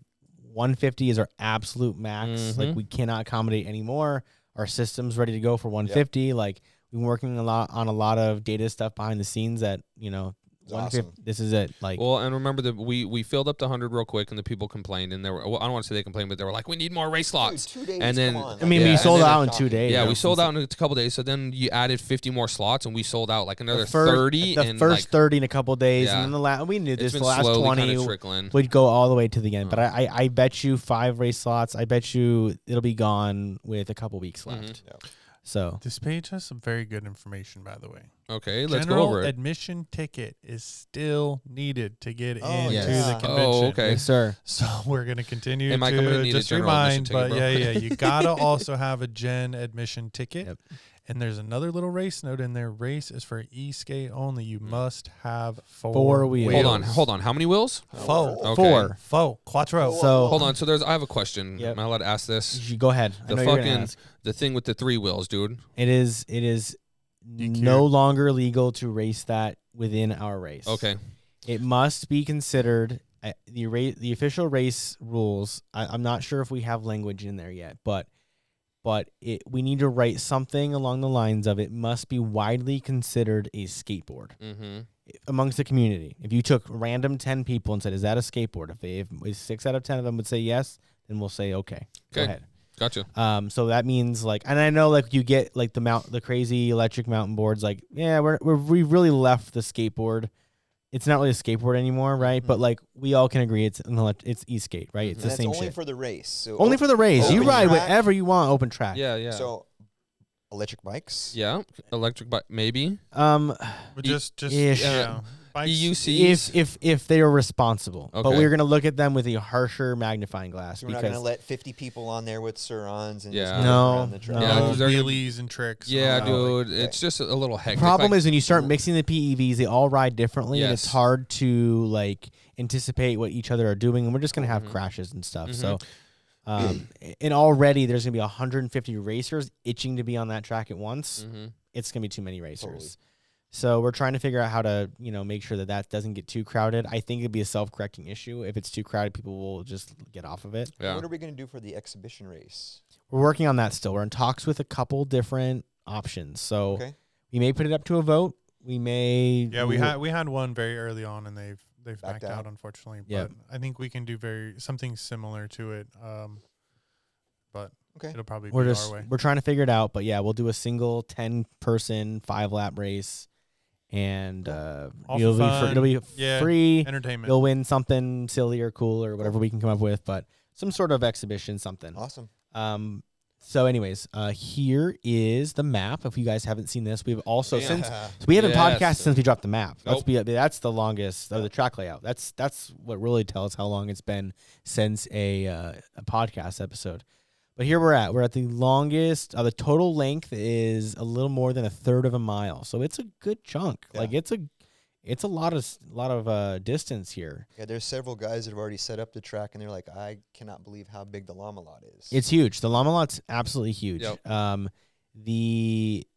150 is our absolute max. Like
Mm-hmm.
Mhm.
we cannot accommodate anymore. Our system's ready to go for 150. Like we've been working a lot on a lot of data stuff behind the scenes. That you know,
It's
150.
awesome.
This is it. Like
Well, and remember that we we filled up the hundred real quick, and the people complained, and they were well, I don't want to say they complained, but they were like, we need more race
Dude,
slots.
two days.
and then-
come on,
I mean,
Yeah,
we
and
sold
then
out in two days.
yeah,
you know,
we sold
since
out in a couple days. So then you added fifty more slots, and we sold out like
the
another
first-
thirty.
The
and
first
like,
30 in a couple days,
Yeah.
and then the last. We knew
it's
this.
been
The last
slowly kind
20
of trickling. Uh-huh.
would go all the way to the end. But I, I, I bet you five race slots. I bet you it'll be gone with a couple weeks
Mhm.
left.
Yep.
So
This page has some very good information, by the way.
Okay, let's
General
go over it.
admission ticket is still needed to get
Oh,
into
yeah.
the
Oh,
convention.
okay.
yes, sir.
So [LAUGHS] we're gonna continue
Hey, Mike, I'm gonna
to
need a
just
general admission
remind,
ticket,
but
bro.
yeah,
[LAUGHS]
yeah, you gotta also have a gen admission ticket.
Yep.
And there's another little race note in there. Race is for e skate only. You must have four,
Four wheels.
Mm. Hold on, hold on. How many wheels?
Four.
Oh,
Okay.
Four.
Four. Quattro.
Four.
So
Hold on. So there's. I have a question.
Yep.
Am I allowed to ask this?
you go ahead. I
The
know you're gonna
fucking-
ask.
The thing with the three wheels, dude.
It is. It is
DQ.
no longer legal to race that within our race.
Okay.
It must be considered uh, the ra- the official race rules. I, I'm not sure if we have language in there yet, but but it we need to write something along the lines of it must be widely considered a skateboard. eh,
Mm-hmm.
amongst the community. If you took random 10 people and said, is that a skateboard? If, they, if six out of 10 of them would say yes, then we'll say, okay, go
Okay.
ahead.
Gotcha.
Um, so that means like, and I know like you get like the mount, the crazy electric mountain boards. Like, yeah, we're, we're we really left the skateboard. It's not really a skateboard anymore, right?
Mm-hmm.
But like we all can agree, it's an elect- it's e skate, right? It's
And
the
Mm-hmm. that's
same
only
shit.
for the race. So
only for the race, you
open
ride
track.
wherever you want, open track.
Yeah. Yeah.
So electric bikes.
yeah. Electric bike, maybe.
Um,
But
E-
just just
ish.
yeah. Bikes-
EUCs.
if if if they are responsible, but
Okay.
we're gonna look at them with a harsher magnifying glass
So we're not
because
gonna let 50 people on there with Surans and
Yeah.
just move
No,
around the track.
Yeah,
no
'cause they're gonna-
uh, wheelies and tricks. and
yeah,
all
dude. It's just a little hectic.
Oh, problem
like-
is when you start mixing the PEVs, they all ride differently, and it's
Yes.
hard to like anticipate what each other are doing, and we're just gonna have
Mhm.
crashes and stuff.
Mhm.
So,
[CLEARS THROAT]
um, and already there's gonna be 150 racers itching to be on that track at once.
Mhm.
It's gonna be too many racers.
Totally.
So we're trying to figure out how to, you know, make sure that that doesn't get too crowded. I think it'd be a self-correcting issue. If it's too crowded, people will just get off of it.
Yeah.
What are we gonna do for the exhibition race?
We're working on that still. We're in talks with a couple different options. So
Okay.
we may put it up to a vote. We may
that. Yeah, we
w-
had we had one very early on, and they've they've backed,
Backed
out.
out.
unfortunately.
Yeah.
But I think we can do very something similar to it. Um, but
Okay.
it'll probably
we're
be
just
our way.
we're trying to figure it out but yeah we'll do a single 10 person five lap race and uh
All for
it'll, be fr-
fun.
it'll be
Yeah.
free
Entertainment.
you'll win something silly or cool or whatever we can come up with but some sort of exhibition
Mm.
something
Awesome.
um so anyways uh here is the map if you guys haven't seen this we've also
Yeah.
since
Yeah.
so we haven't
Yes.
podcasted since we dropped the map. Let's
Nope.
be that's the longest or the track layout. That's that's what really tells how long it's been since a uh, a podcast episode. But here we're at. We're at the longest. Uh, the total length is a little more than a third of a mile, so it's a good chunk.
Yeah.
Like it's a it's a lot of s- lot of uh, distance here.
Yeah, there's several guys that have already set up the track, and they're like, I cannot believe how big the llama lot is.
It's huge. Um, The llama lot's absolutely huge.
Yep.
Um, the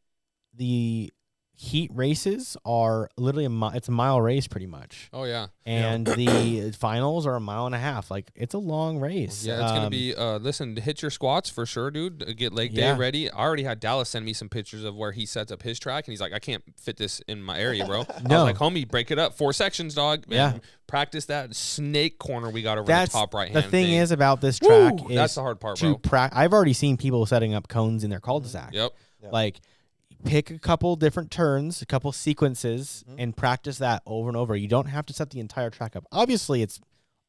the heat races are literally a mi- it's a mile race pretty much,
Oh yeah,
Yeah.
and
[COUGHS]
the finals are a mile and a half. Like it's a long race.
yeah. It's gonna
Um,
be. Uh, listen, hit your squats for sure, dude. Uh, Get leg day
Yeah.
ready. I already had Dallas send me some pictures of where he sets up his track, and he's like, "I can't fit this in my
[LAUGHS]
area, bro."
No.
I was like, "Homie, break it up. Four sections, dog.
Yeah.
And Practice that snake corner we got over
that's
the top right hand.
the thing, is about this track is
that's the hard part,
to
bro.
pra- I've already seen people setting up cones in their cul-de-sac.
Yep.
Yeah.
Like pick a couple different turns, a couple sequences
Mm-hmm.
and practice that over and over. You don't have to set the entire track up. Obviously, it's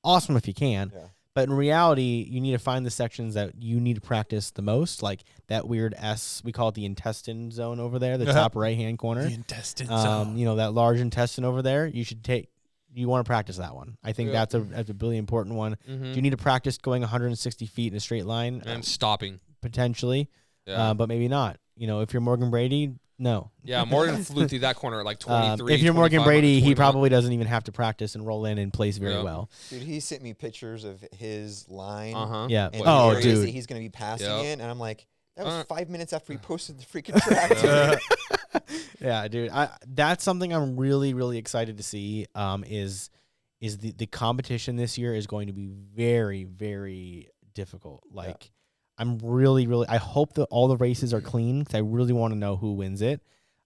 awesome if you can.
Yeah.
But in reality, you need to find the sections that you need to practice the most, like that weird S, we call it the intestine zone over there,
[LAUGHS]
the top right hand corner.
intestines.
Um, you know, that large intestine over there, you should take you want to practice that one. I think
Yeah.
that's a that's a really important one. Do
Mhm.
you need to practice going 160 feet in a straight line? Uh,
And stopping.
potentially,
Yeah.
uh, but maybe not. You know, if you're Morgan Brady, no.
yeah.
[LAUGHS]
Morgan flew through that corner at like
Um,
23.
if you're Morgan
25,
Brady, he
121.
probably doesn't even have to practice and roll in and plays very
Yeah.
well.
Dude, he sent me pictures of his line.
Uh-huh.
Yeah.
And
Oh,
the areas that
dude.
he's going to be passing
Yep.
in. And I'm like, that was
Uh.
five minutes after
[LAUGHS]
we posted the freaking track. dude.
Uh,
Yeah, dude. I that's something I'm really really excited to see. Um, is is the the competition this year is going to be very very difficult. Like, I'm really really. I hope that all the races are clean 'cause I really want to know who wins it.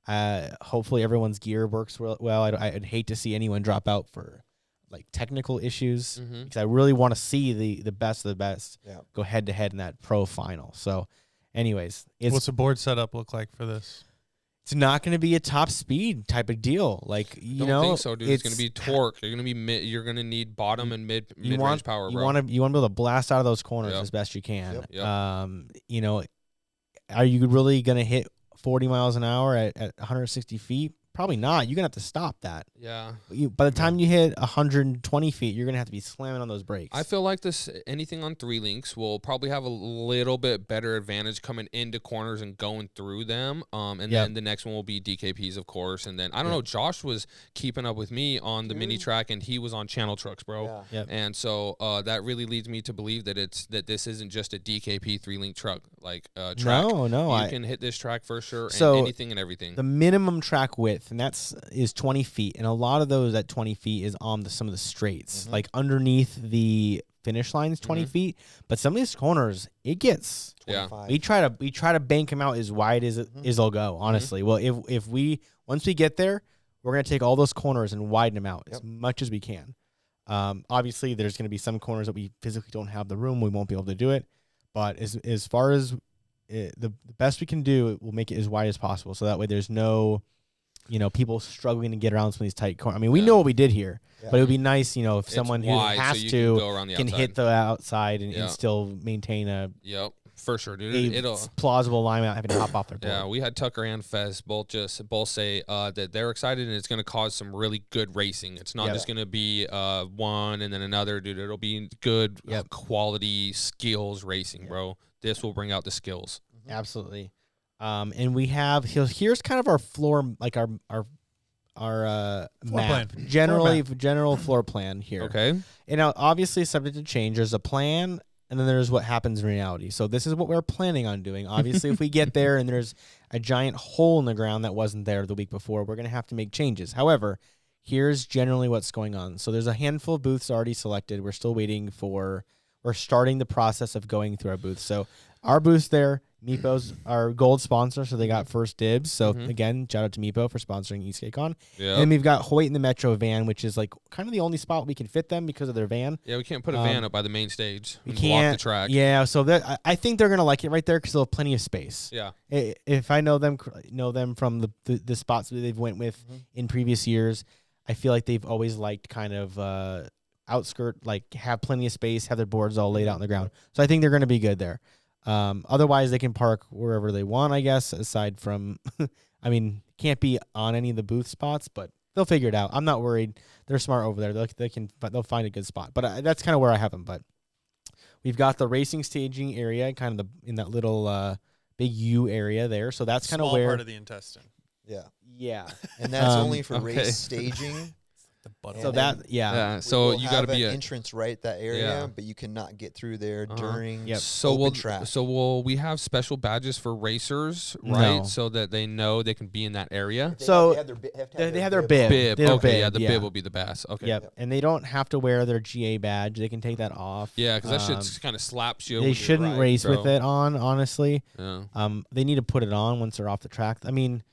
Uh, hopefully everyone's gear works well. well. I'd, I'd hate to see anyone drop out for like technical issues
Mhm.
because I really want to see the the best of the best
Yeah.
go head to head in that pro final. So, anyways, it's
what's the board setup look like for this?
it's not going to be a top speed type of deal. Like you
Don't
know,
think so, dude. It's, gonna be
it's-
torque. You're gonna be mid. You're gonna need bottom and mid
you
mid range
want
power,
you
bro.
want to you want to be able to blast out of those corners
Yep.
as best you can.
Yep.
Yep.
Um, you know, are you really going to hit 40 miles an hour at, at 160 feet? Probably not. You're gonna have to stop that.
yeah,
You, by the time you hit 120 feet, you're gonna have to be slamming on those brakes.
I feel like this. Anything on three links will probably have a little bit better advantage coming into corners and going through them. Um,
Yep.
and then the next one will be DKPs, of course. And then I don't know. Josh was keeping up with me on the mini
Dude.
track, and he was on channel trucks, bro.
Yeah.
And so uh, that really leads me to believe that it's that this isn't just a DKP three link truck like uh, track.
no, no.
you
I,
can hit this track for sure. And
So,
anything and everything.
the minimum track width and that's is 20 feet and a lot of those at 20 feet is on the some of the straights
Mhm.
like underneath the finish lines 20 feet but some of these corners it gets
Yeah.
25.
we try to we try to bank them out as wide as it
Mhm.
Mm-hmm.
as they'll go honestly well if if we once we get there we're going to take all those corners and widen them out as
Yep.
much as we can um, obviously there's going to be some corners that we physically don't have the room we won't be able to do it but as as far as it, the, the best we can do it will make it as wide as possible so that way there's no you know people struggling to get around some of these tight corners i mean we
Yeah.
know what we did here
Yeah.
but it would be nice you know if
It's
someone who
wide, so
has
you
to
can, go around the
can,
outside.
hit the outside and,
Yeah.
and still maintain a
Yep, for sure, dude. It-
a
It'll
s- plausible line without having to hop off their board.
Yeah, we had Tucker and Fez both just both say uh, that they're excited and it's going to cause some really good racing. It's not
Yeah.
just going to be uh, one and then another, dude. It'll be good uh,
Yep.
quality skills racing, bro. This will bring out the skills.
Absolutely. Um, and we have so here's kind of our floor, like our our our uh,
Floor
map,
plan.
generally general floor plan here.
Okay.
And now, obviously, subject to change. There's a plan, and then there's what happens in reality. So this is what we're planning on doing. Obviously, if we get there and there's a giant hole in the ground that wasn't there the week before, we're gonna have to make changes. However, here's generally what's going on. So there's a handful of booths already selected. We're still waiting for. We're starting the process of going through our booths. So our booths there. Meepo's our gold sponsor, so they got first dibs. So
Mhm.
again, shout out to Meepo for sponsoring EastgateCon. And
Yeah.
then we've got Hoyt in the Metro van, which is like kind of the only spot we can fit them because of their van.
yeah, we can't put a
um,
van up by the main stage.
We
and
can't.
walk the track.
Yeah, so that I- I think they're gonna like it right there because they'll have plenty of space.
Yeah.
I- If I know them, cr- know them from the the, the spots that they've went with
Mm-hmm.
Mhm.
in previous years, I feel like they've always liked kind of uh, outskirt, like have plenty of space, have their boards all laid out on the ground. So I think they're gonna be good there. Um, otherwise, they can park wherever they want, I guess. Aside from, [LAUGHS] I mean, can't be on any of the booth spots, but they'll figure it out. I'm not worried. They're smart over there. They'll, they can, but they'll find a good spot. But I, that's kind of where I have them. But we've got the racing staging area, kind of the in that little uh, big U area there. So that's kind of
Small
where,
part of the intestine.
yeah.
yeah,
And that's
Um,
only
[LAUGHS]
for
okay.
race staging.
the butt.
So
end.
that yeah.
yeah. [LAUGHS]
We
So
will
you got to
have
be
an
a,
entrance right at that area,
Yeah.
but you cannot get through there
Uh-huh.
during.
Yep.
so
open
we'll
track.
so will we have special badges for racers, right?
No.
So that they know they can be in that area.
They
So-
have- they have their bi- have to
They,
have
they
their
have their
bib
bib.
on.
Bib.
They have a
okay. Yeah, the bib will be the bass. Okay.
Yep. And they don't have to wear their GA badge. They can take that off.
Yeah, because that
Um,
shit kind of slaps you. when
They
you're
shouldn't
riding,
race with
bro.
it on, honestly.
Yeah.
Um, they need to put it on once they're off the track. I mean,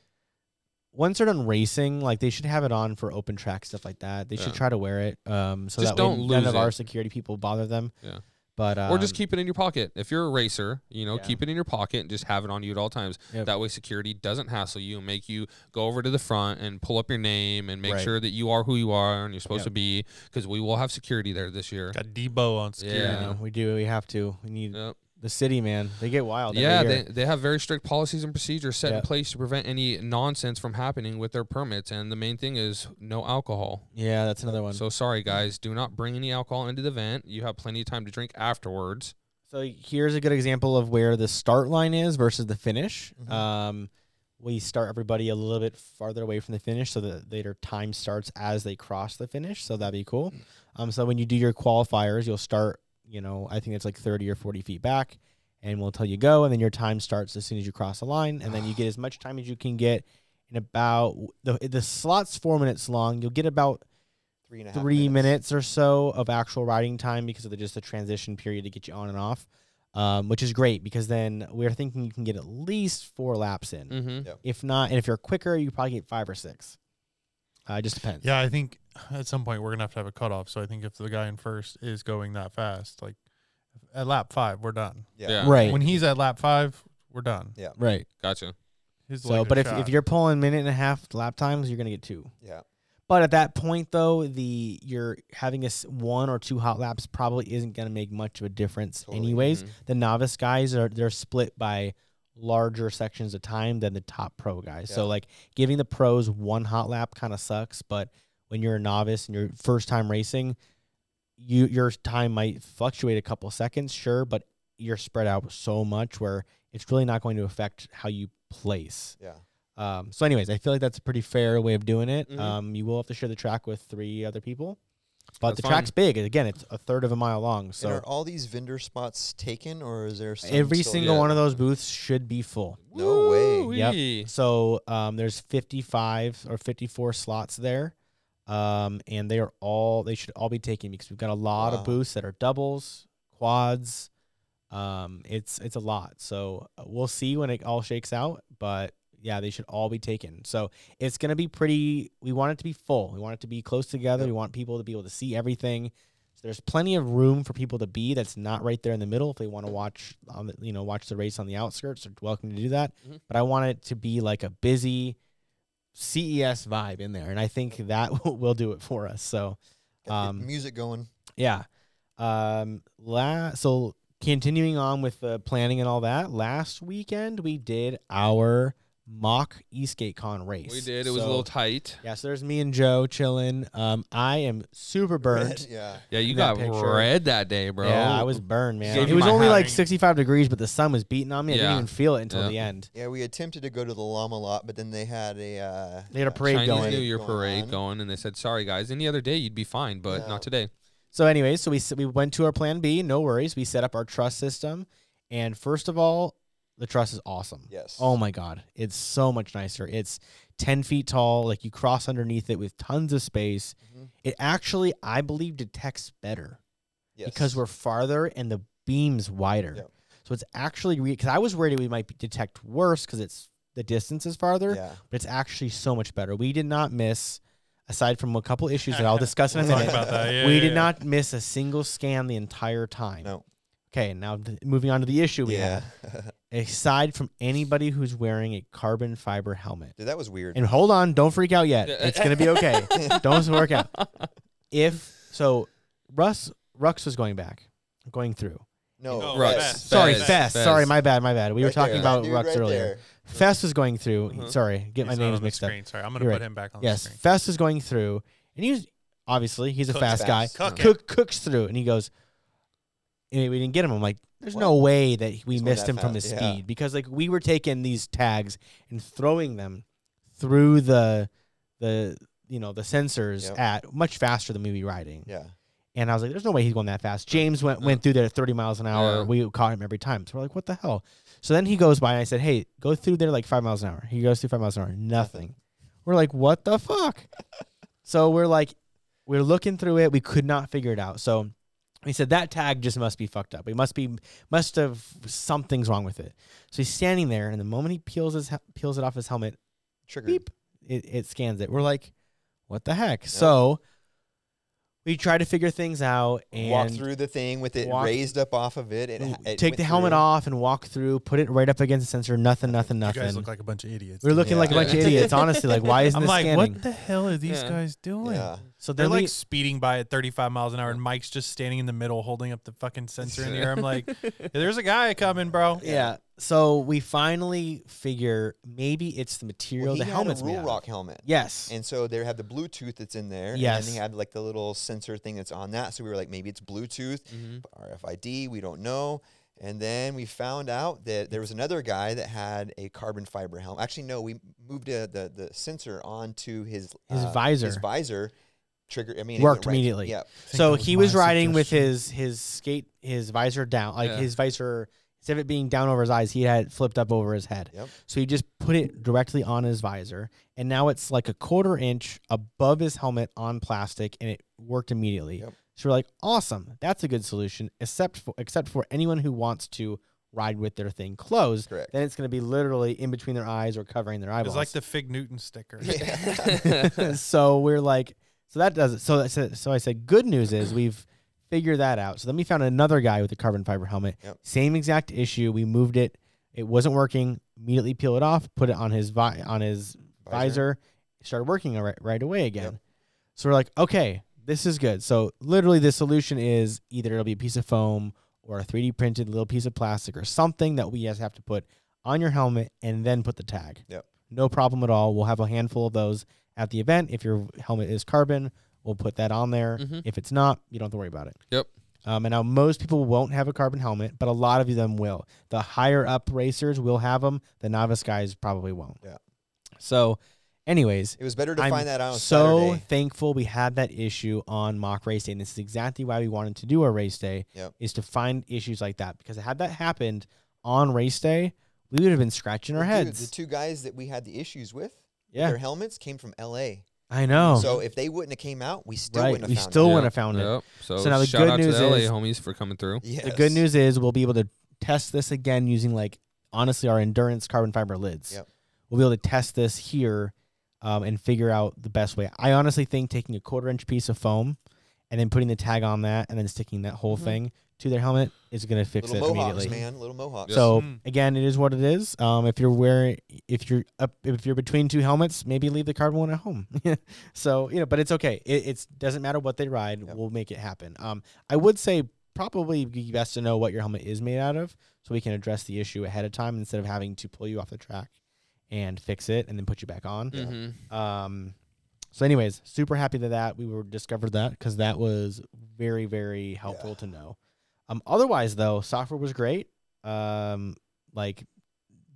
once they're done racing, like they should have it on for open track stuff like that. They
Yeah.
should try to wear it, um, so
Just
that way
don't
none
lose
of our
it.
security people bother them.
Yeah.
But um,
or just keep it in your pocket. If you're a racer, you know,
Yeah.
keep it in your pocket and just have it on you at all times.
Yep.
That way, security doesn't hassle you and make you go over to the front and pull up your name and make
Right.
sure that you are who you are and you're supposed
Yep.
to be. Because we will have security there this year.
got Debo on security.
Yeah,
Yeah.
we do. We have to. We need
Yep.
the city, man. They get wild. every
Yeah,
year.
they, they have very strict policies and procedures set in
Yep.
place to prevent any nonsense from happening with their permits. And the main thing is no alcohol.
yeah. That's another one. So,
So sorry, guys, do not bring any alcohol into the event. You have plenty of time to drink afterwards.
here's a good example of where the start line is versus the finish.
Mhm.
Um, we start everybody a little bit farther away from the finish, so that their time starts as they cross the finish. So that'd be cool. Um, so when you do your qualifiers, you'll start. You know, I think it's like 30 or 40 feet back, and we'll tell you go, and then your time starts as soon as you cross the line, and then you get as much time as you can get. In about the the slot's four minutes long, you'll get about
Three and a half
three
minutes.
minutes. or so of actual riding time because of the, just the transition period to get you on and off, um, which is great because then we're thinking you can get at least four laps in.
Mm.
Mm-hmm.
If not, and if you're quicker, you probably get five or six. Uh, it just depends.
Yeah, I think at some point we're gonna have to have a cutoff. So I think if the guy in first is going that fast, like at lap five, we're done.
Yeah.
Right.
When he's at lap five, we're done.
Yeah.
Right.
Gotcha.
His
So,
latest
but if,
shot.
if you're pulling minute and a half lap times, you're gonna get two.
Yeah.
But at that point, though, the you're having a s- one or two hot laps probably isn't gonna make much of a difference,
Totally.
anyways.
Mhm.
The novice guys are they're split by larger sections of time than the top pro guys. So
Yeah.
like giving the pros one hot lap kind of sucks, but when you're a novice and your first time racing, you your time might fluctuate a couple seconds, sure, but you're spread out so much where it's really not going to affect how you place.
Yeah.
Um, so, anyways, I feel like that's a pretty fair way of doing it.
Mhm.
Um, you will have to share the track with three other people, but
That's
the track's big. Again, it's a third of a mile long. So
and are all these vendor spots taken, or is there some
Every
still
single
yeah.
one of those booths should be full.
No way.
Yep.
Woo-wee.
So um, there's 55 or 54 slots there, um, and they are all they should all be taken because we've got a lot
Wow.
of booths that are doubles, quads. Um, it's it's a lot. So uh, we'll see when it all shakes out, but yeah, they should all be taken. So it's gonna be pretty. We want it to be full. We want it to be close together. We want people to be able to see everything. So there's plenty of room for people to be that's not right there in the middle if they want to watch on the, you know watch the race on the outskirts. They're welcome to do that.
Mhm.
But I want it to be like a busy CES E vibe in there, and I think that [LAUGHS] will do it for us. So
Got the
um,
music going.
yeah. Um. La- so continuing on with the planning and all that. Last weekend we did our mock Eastgate Con race.
We did. It was a
So-
little tight.
Yeah, so there's me and Joe chilling. Um, I am
[LAUGHS]
super burned.
[LAUGHS] Yeah.
Yeah, you
that
got
picture.
red that day, bro.
Yeah, I was burned, man.
Gave
It
you
was
my
only
hat.
like 65 degrees, but the sun was beating on me. I didn't
Yeah.
even feel it until
Yeah.
the end.
Yeah, we attempted to go to the llama lot, but then they had a uh,
They had a
uh,
parade
Chinese
going.
New Year
going
parade
on.
going, and they said, "Sorry, guys, any other day you'd be fine, but
Yeah.
not today."
So, anyways, so we s- we went to our plan B. No worries. We set up our trust system, and first of all, the truss is awesome.
uh, Yes.
Oh my god, it's so much nicer. It's 10 feet tall. Like you cross underneath it with tons of space.
Mhm.
It actually, I believe, detects better.
Yes.
because we're farther and the beam's wider.
Yep.
So it's actually because I was worried we might be- detect worse because it's the distance is farther,
Yeah.
but it's actually so much better. We did not miss, aside from a couple issues
[LAUGHS]
that I'll discuss in a
We'll talk
minute,
about
[LAUGHS]
that. Yeah,
we
yeah,
did
yeah.
not miss a single scan the entire time.
No.
Okay, now th- moving on to the issue we
Yeah.
have. Aside from anybody who's wearing a carbon fiber helmet,
[LAUGHS] Dude, that was weird.
and hold on, don't freak out yet.
Yeah.
It's gonna be okay. don't work out. If so, Russ Rux was going back, going through.
no.
No,
Right.
Fez.
Sorry,
Fez,
Fest.
Fez.
Sorry, my bad, my bad. We were
Right
talking
there.
about
That dude
Rux
right
earlier.
there.
Fest was going through.
Uh-huh.
Sorry, get my
He's not
names
on the
mixed up.
screen. Sorry, I'm gonna
You're
put
right.
him back on
Yes,
the screen.
Fest is going through, and he's obviously he's a
Cooks
fast, guy.
fast.
Cook it.
Cook cooks through, and he goes. And we didn't get him. I'm like, there's no way that we
He's going
missed
that
him from his
fast. Yeah.
speed because like we were taking these tags and throwing them through the the you know the sensors
Yep.
at much faster than we be riding.
Yeah.
And I was like, "There's no way he's going that fast." James went went through there at 30 miles an hour.
Yeah.
We caught him every time. So we're like, "What the hell?" So then he goes by, and I said, "Hey, go through there like five miles an hour." He goes through five miles an hour, nothing.
Nothing.
We're like, "What the fuck?" so we're like, we're looking through it. We could not figure it out. So he said that tag just must be fucked up. It must be must have something's wrong with it. So he's standing there, and the moment he peels his he- peels it off his helmet,
Trigger.
beep, it, it scans it. We're like, what the heck? So we try to figure things out and
Walk through the thing with it
walk-
raised up off of it. it, ha- it
take
went
the helmet
through.
off and walk through, put it right up against the sensor. Nothing, nothing,
You
nothing.
guys look like a bunch of idiots.
we were
to me.
looking like a
Yeah.
bunch of idiots, honestly. Like, why isn't
I'm
this
like,
scanning?
what the hell are these
Yeah.
guys doing?
Yeah.
so
They're
then
like
we,
speeding by at 35 miles an hour, and Mike's just standing in the middle holding up the
[LAUGHS]
fucking sensor in the air.
[LAUGHS]
I'm like, there's a guy coming, bro.
yeah. So we finally figure maybe it's the material
Well, he
the
had
helmet's
a
made
Rule
out of.
Rock helmet.
Yes.
And so they have the Bluetooth that's in there. And then
Yes.
they had like the little sensor thing that's on that. So we were like, maybe it's Bluetooth,
[LAUGHS]
Mhm.
but RFID, we don't know. And then we found out that there was another guy that had a carbon fiber helmet. Actually, no, we moved uh, the the sensor onto his
His
uh, His
visor.
visor trigger. I mean, it
Worked
went right-
immediately.
Yeah,
think
So
that was
he was
my
riding with
suggestion.
his his skate his visor down, like
Yeah.
his visor instead of it being down over his eyes, he had it flipped up over his head.
Yep.
So he just put it directly on his visor, and now it's like a quarter inch above his helmet on plastic, and it worked immediately.
Yep.
So we're like, awesome, that's a good solution. Except for except for anyone who wants to ride with their thing closed,
correct.
then it's going to be literally in between their eyes or covering their
It
eyeballs.
was like the Fig Newton sticker.
[LAUGHS] so we're like, so that does it. So I said, so I said, good news is
[CLEARS THROAT]
we've figured that out. So then we found another guy with a carbon fiber helmet,
Yep.
same exact issue. We moved it, it wasn't working. Immediately peel it off, put it on his vi- on his visor, started working right right away again. So we're like, okay, this is good. So literally, the solution is either it'll be a piece of foam or a 3D printed little piece of plastic or something that we just have to put on your helmet and then put the tag.
Yep.
No problem at all. We'll have a handful of those at the event. If your helmet is carbon, we'll put that on there.
Mhm.
If it's not, you don't have to worry about it.
Yep.
Um, and now most people won't have a carbon helmet, but a lot of them will. The higher up racers will have them. The novice guys probably won't.
Yeah.
So, anyways,
It was better to
I'm
find that out on
so
Saturday.
thankful we had that issue on mock race day, and this is exactly why we wanted to do our race day
Yep.
is to find issues like that because had that happened on race day, we would have been scratching our
Well, dude,
heads.
the two guys that we had the issues with,
yeah,
their helmets came from L.A.
I know.
So if they wouldn't have came out, we still
right,
wouldn't have
we
found
still
out.
wouldn't have found it.
Yep. So,
So now the
shout
good
out
news
to the LA
is-
homies for coming through.
The good
Yes.
news is we'll be able to test this again using like honestly our endurance carbon fiber lids.
Yep.
We'll be able to test this here um, and figure out the best way. I honestly think taking a quarter inch piece of foam and then putting the tag on that and then sticking that whole
Mhm.
thing to their helmet is going to fix
Little
it
mohawks,
immediately.
man. Little mohawks.
So
Mm.
again, it is what it is. Um, if you're wearing, if you're up, if you're between two helmets, maybe leave the carbon one at home. [LAUGHS] so you know, but it's okay. It it's, doesn't matter what they ride.
Yep.
We'll make it happen. Um, I would say probably be best to know what your helmet is made out of, so we can address the issue ahead of time instead of having to pull you off the track and fix it and then put you back on.
Mm-hmm.
Um, so anyways, super happy that that we were discovered that because that was very very helpful
Yeah.
to know. Um, otherwise though, software was great. Um, like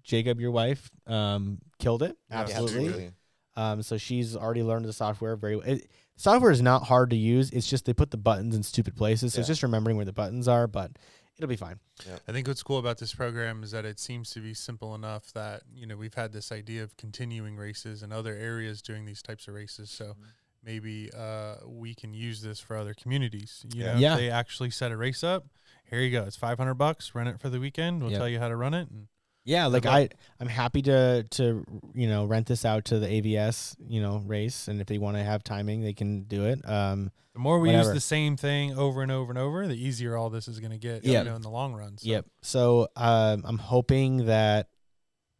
Jacob, your wife, um, killed it
Yeah,
absolutely.
Absolutely.
Um, so she's already learned the software very. w- It, software is not hard to use. It's just they put the buttons in stupid places. So it's
Yeah.
just remembering where the buttons are, but it'll be fine.
I think what's cool about this program is that it seems to be simple enough that you know we've had this idea of continuing races and other areas doing these types of races. So maybe uh, we can use this for other communities. You
Yeah.
know,
Yeah.
if they actually set a race up. Here you go. It's five hundred bucks. Run it for the weekend. We'll
Yep.
tell you how to run it. And
Yeah, like I,
luck.
I'm happy to to you know rent this out to the AVS you know race, and if they want to have timing, they can do it. Um,
the more we
Whatever.
use the same thing over and over and over, the easier all this is going to get.
Yep.
You know, in the long run. So
Yep. So um, I'm hoping that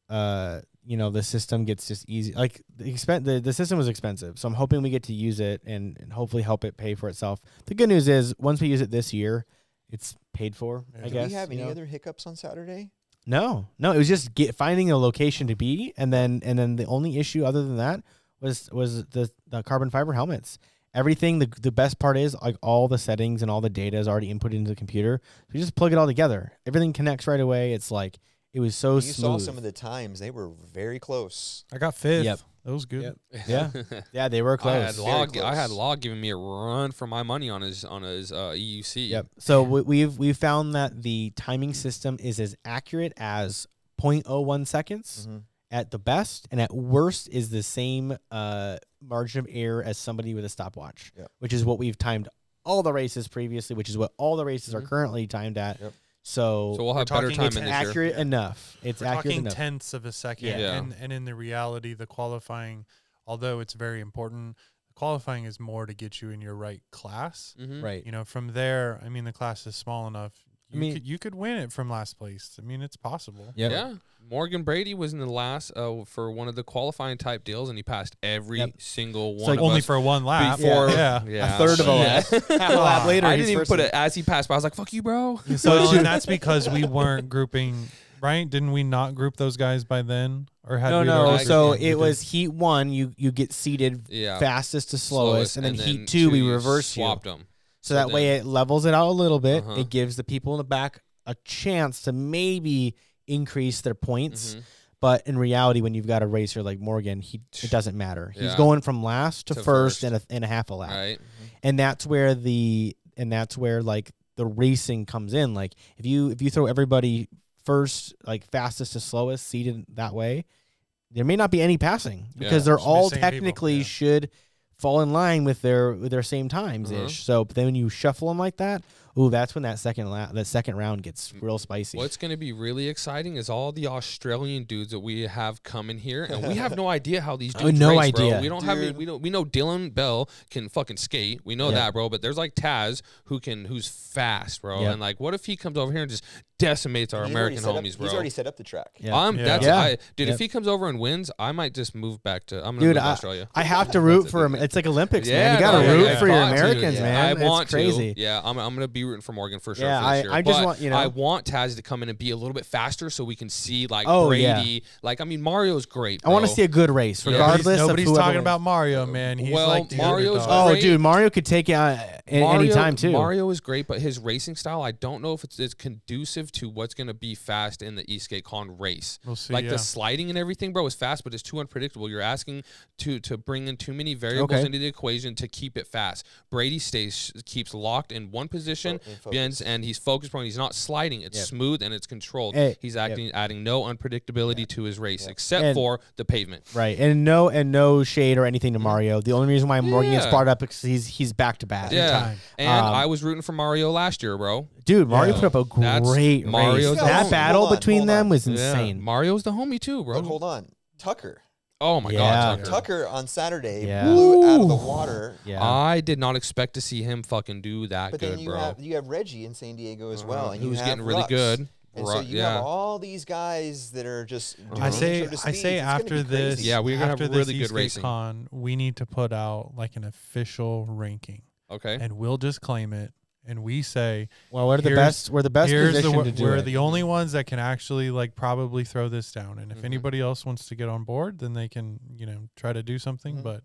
uh, you know the system gets just easy. Like the expen- the, the system was expensive, so I'm hoping we get to use it and, and hopefully help it pay for itself. The good news is once we use it this year, it's paid for.
Yeah.
I
Did
Did
guess.
we have
you
any
know?
other hiccups on Saturday?
No, no. It was just get, finding a location to be, and then and then the only issue other than that was was the the carbon fiber helmets. Everything the the best part is like all the settings and all the data is already input into the computer. So you just plug it all together. Everything connects right away. It's like it was so
You
smooth.
saw some of the times; they were very close.
I got fifth.
Yep.
That
That was good.
Yep. Yeah.
[LAUGHS]
Yeah, they were
I
close.
had law. gi- I had
close.
law giving me a run for my money on his on his uh, EUC.
Yep. So we, we've we found that the timing system is as accurate as 0.01
Mm-hmm.
seconds
Mhm.
at the best, and at worst is the same uh, margin of error as somebody with a stopwatch,
Yep.
which is what we've timed all the races previously, which is what all the races
Mm-hmm.
are currently timed at.
Yep.
So,
So we'll have
We're
better
talking
time
it's
in this year.
accurate enough. It's
We're
accurate
talking
enough.
tenths of a second,
Yeah.
and and in the reality, the qualifying, although it's very important, qualifying is more to get you in your right class.
Mhm.
right.
You know, from there, I mean, the class is small enough.
I
You
mean-
could you could win it from last place. I mean, it's possible.
Yep.
Yeah. Morgan Brady was in the last uh, for one of the qualifying type deals, and he passed every
Yep.
single
So
one. of [LAUGHS]
Only
us
for one lap.
before.
yeah.
Yeah.
A third of a
[LAUGHS]
lap.
Shit.
Half a lap later.
I
he's
didn't even
first
put
in-
it as he passed, but I was like, "Fuck you, bro."
So
well,
it's
and that's because we weren't grouping, right? Didn't we not group those guys by then, or had
no,
we
no.
already
already
So
grouped them? We
it
did.
was heat one. You you get seated
Yeah.
fastest to slowest, and then heat two, we
you
reverse
swapped them.
So, that way it levels it out a little bit.
Uh-huh.
It gives the people in the back a chance to maybe increase their points.
Mm-hmm.
But in reality, when you've got a racer like Morgan, he it doesn't matter. He's
Yeah.
going from last to,
To
first,
first.
in a in a half a lap.
right.
And that's where the and that's where like the racing comes in. Like if you if you throw everybody first, like fastest to slowest, seated that way, there may not be any passing because
Yeah.
they're
Should be
all
the same people,
technically
yeah.
should fall in line with their with their same times
Uh-huh.
ish. So but then when you shuffle them like that, ooh, that's when that second lap that second round gets
Mm.
real spicy.
What's going to be really exciting is all the Australian dudes that we have coming here, and we
[LAUGHS]
have no idea how these
Oh,
dudes
no
race, bro.
idea.
We don't have any,
Dude.
we don't we know Dylan Bell can fucking skate. We know
Yeah.
that, bro. But there's like Taz who can who's fast, bro.
Yeah.
And like, what if he comes over here and just decimates our
He's already
American
set up-
homies, bro?
He's already set up the track.
Yeah.
I'm
Yeah.
that's
Yeah.
I, dude.
Yep.
If he comes over and wins, I might just move back to I'm gonna
Dude,
move to Australia.
I have to root
That's a
for him.
big-
It's like Olympics, man.
Yeah,
You gotta
no,
root
I- I
for your
want to,
Americans,
yeah.
man.
I want
it's crazy.
to. Yeah, I'm, I'm gonna be rooting for Morgan for sure.
Yeah,
for this
I-
year.
I just
But
want- you know-
I want Taz to come in and be a little bit faster so we can see like
Oh,
Brady.
yeah.
Like I mean, Mario's great.
I want to
bro.
see a good race,
Yeah.
regardless
Nobody's,
of
nobody's
whoever
talking
wins.
about Mario, man. He's
Well,
like the
Mario's
underdog.
great.
Oh,
Right?
dude, Mario could take it out at any
Mario-
time too.
Mario is great, but his racing style, I don't know if it's, it's conducive to what's going to be fast in the Eastgate Con race.
We'll see,
like
yeah.
the sliding and everything, bro, is fast, but it's too unpredictable. You're asking to to bring in too many variables
Okay.
into the equation to keep it fast. Brady stays keeps locked in one position,
Fo- and focused.
bends, and he's focused. Bro, he's not sliding. It's
Yep.
smooth and it's controlled.
Hey,
he's acting adding no unpredictability to his race except
And-
for the pavement.
Right, and no, and no shade or anything to Mario. The only reason why Morgan gets
Yeah.
brought up is 'cause he's he's back to back.
Yeah,
time.
and
Um,
I was rooting for Mario last year, bro.
dude, Mario
Yeah.
put up a
That's
great
Mario's-
race.
Yeah,
That
hold-
battle
hold on,
between
hold
them
on.
was
Yeah,
insane.
Mario's the homie too, bro.
But hold on, Tucker.
Oh my
Yeah.
god, Tucker.
Tucker on Saturday
Yeah.
blew out of the
Ooh.
water.
Yeah,
I did not expect to see him fucking do that
But
good,
then you
bro.
have you have Reggie in San Diego as well,
Uh-huh.
and
He
you
was
have
getting really
Rux.
good.
And
Ru-
so you
yeah. Uh-huh.
have all these guys that are just. Doing
I say,
intro to
I say
speeds. It's gonna
after
be
this,
crazy.
Yeah, we're gonna
after
have
this
really good
Eastgate
racing.
Con, we need to put out like an official ranking,
okay.
and we'll just claim it, and we say
well, we're the
here's-
best. We're the best
here's the,
position
wor-
to do
we're
it.
the only ones that can actually like probably throw this down, and if
Mm-hmm.
Mhm.
anybody else wants to get on board, then they can you know try to do something.
Mm-hmm.
Mhm.
But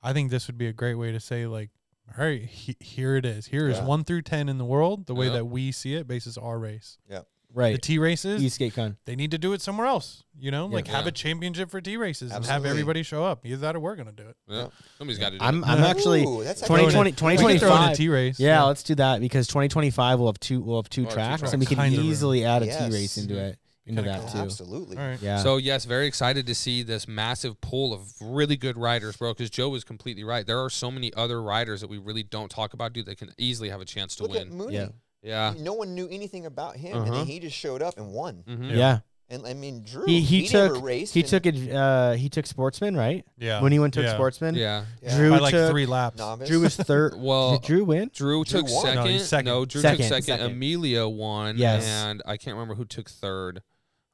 I think this would be a great way to say like, all right, he- here it is. Here is
Yeah.
one through ten in the world, the way
Yeah.
that we see it, basis our race. The
right,
T races,
Eastgate Con.
they need to do it somewhere else. You know,
Yeah.
like have
Yeah.
a championship for D races and
Absolutely.
have everybody show up. Either that or we're gonna do it.
Yeah. Somebody's got to do
I'm
it.
I'm
Yeah.
actually
Ooh, that's actually-
2020
We can throw in a
2025.
T race.
Yeah, let's do that because 2025 we'll have two we'll have two
We'll have two
tracks, and we
tracks.
can
Kinda room.
easily add a T
Yes.
race into it into
Kinda
that
cool.
too.
Oh, Absolutely.
All right.
Yeah.
So yes, very excited to see this massive pool of really good riders, bro. Because Joe was completely right. There are so many other riders that we really don't talk about, dude. That can easily have a chance to
Look at
win.
Mooney.
Yeah.
Yeah.
No one knew anything about him, and
Uh-huh.
then he just showed up and won.
hmm
yeah.
And I mean, Drew.
He, he, took
never raced.
he
and-
took it uh, he took sportsman right
Yeah.
when he went took
Yeah.
sportsman
Yeah.
Yeah.
Drew
By like
took-
three laps.
novice.
Drew
[LAUGHS]
[LAUGHS]
was third
Well,
did Drew win
Drew
Drew
took
won.
second.
No, he's second.
No, Drew
Second,
took second.
second.
Amelia won.
Yes.
And I can't remember who took third.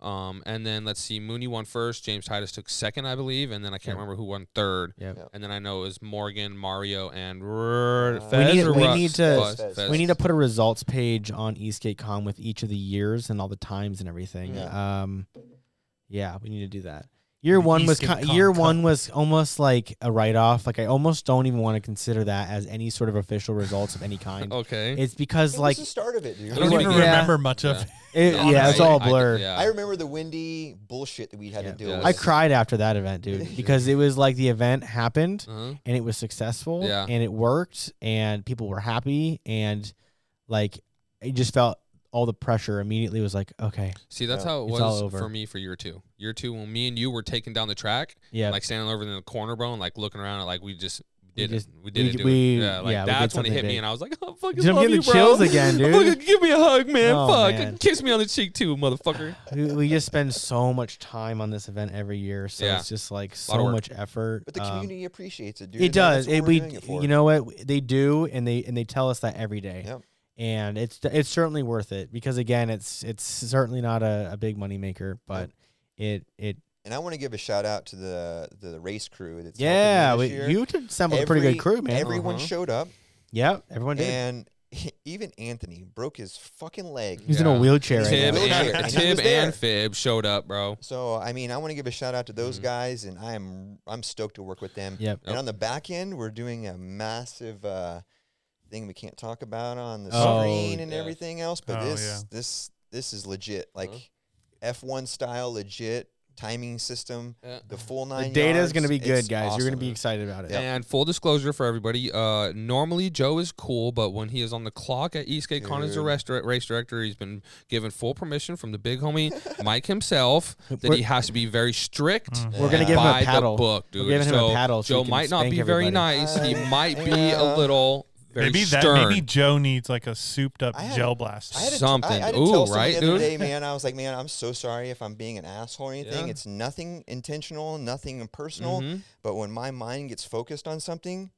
Um, and then let's see, Mooney won first. James Titus took second, I believe. And then I can't remember who won third.
Yep.
Yep.
And then I know it was Morgan, Mario, and R-
Uh,
Fez
We need-
or
we
Rux?
need to-
Fez,
Fez.
Fez.
we need to put a results page on EastgateCon with each of the years and all the times and everything
Yeah.
um yeah we need to do that Year
The
one was
Eastgate
ki- year
Con Cup.
one was almost like a write off. Like I almost don't even want to consider that as any sort of official results
[LAUGHS]
of any kind.
Okay.
It's because
It
like
was the start of it, dude.
I
I don't
Like,
even
yeah.
remember much of
Yeah.
it.
it, yeah, it's
Honestly,
all
I-
a blur.
yeah.
I remember the windy bullshit that we had
Yeah.
to deal
Yeah.
with.
I cried after that event, dude, because it was like the event happened
[LAUGHS] Uh-huh.
and it was successful
Yeah.
and it worked and people were happy and like it just felt all the pressure immediately was like, okay,
See, that's
Yeah.
how it
It's all
was
over.
for me for year two. Year two, when me and you were taking down the track,
yeah,
like standing over in the corner, bro, and like looking around, and, like we just did
just-
it. We did
we
it.
d-
dude.
we-
yeah, like
yeah, we did
that's when it hit
something
me,
big.
and I was like, oh, fucking
Dude, I'm
love
getting
you,
the chills
bro. [LAUGHS]
again, dude.
Fucking give me a hug, man.
Oh,
Fuck.
man.
Kiss me on the cheek too, motherfucker.
we, we just spend so much time on this event every year, so
Yeah.
it's just like
Lot of
so
work.
much effort.
but the
um,
community appreciates it, dude.
it
and that-
does.
that's what
It,
we're
we,
doing it for.
you know what they do, and they and they tell us that every day.
Yep.
And it's it's certainly worth it because again, it's it's certainly not a, a big money maker, but it it
And I want to give a shout out to the the race crew. That's helping me
yeah,
this
we,
year.
you assembled a pretty
Every-
good crew, man.
every-
Everyone
Uh-huh.
showed up,
yep, everyone did.
and [LAUGHS] even Anthony broke his fucking leg.
He's in
Yeah.
a wheelchair right
Tib
now.
Wheelchair. I know
[LAUGHS]
and,
he
Tib
was there.
and Fib showed up, bro.
So I mean, I want to give a shout out to those
Mhm.
guys, and I'm I'm stoked to work with them.
Mm-hmm. Yep.
And
Yep.
on the back end, we're doing a massive uh, thing we can't talk about on the
Oh,
screen and
yeah.
everything else. But
Oh,
this
yeah.
this this is legit, like
Uh-huh.
Huh?
F1 style, legit timing system, the full nine.
The data is going to
yards.
be good,
It's
guys. You're going
awesome.
to be excited about it.
And full disclosure for everybody, uh, normally Joe is cool, but when he is on the clock at Eastgate Con as a
Dude.
restaurant race director, he's been given full permission from the big homie Mike
[LAUGHS]
himself that he
We're-
has to be very strict.
Mm-hmm. We're going to give him
by
a paddle.
The book, dude.
We're giving him a
So
paddle so
Joe
he can
might not
spank
be very
everybody.
nice. He
Uh,
might be
yeah.
a little very
Maybe that.
stern.
Maybe Joe needs like a souped up
I had-
gel blast.
I had to t-
something.
I, I had to
Ooh,
tell someone
right,
the other
dude?
day, man. I was like, man, I'm so sorry if I'm being an asshole or anything.
Yeah.
It's nothing intentional, nothing personal.
Mhm.
But when my mind gets focused on something,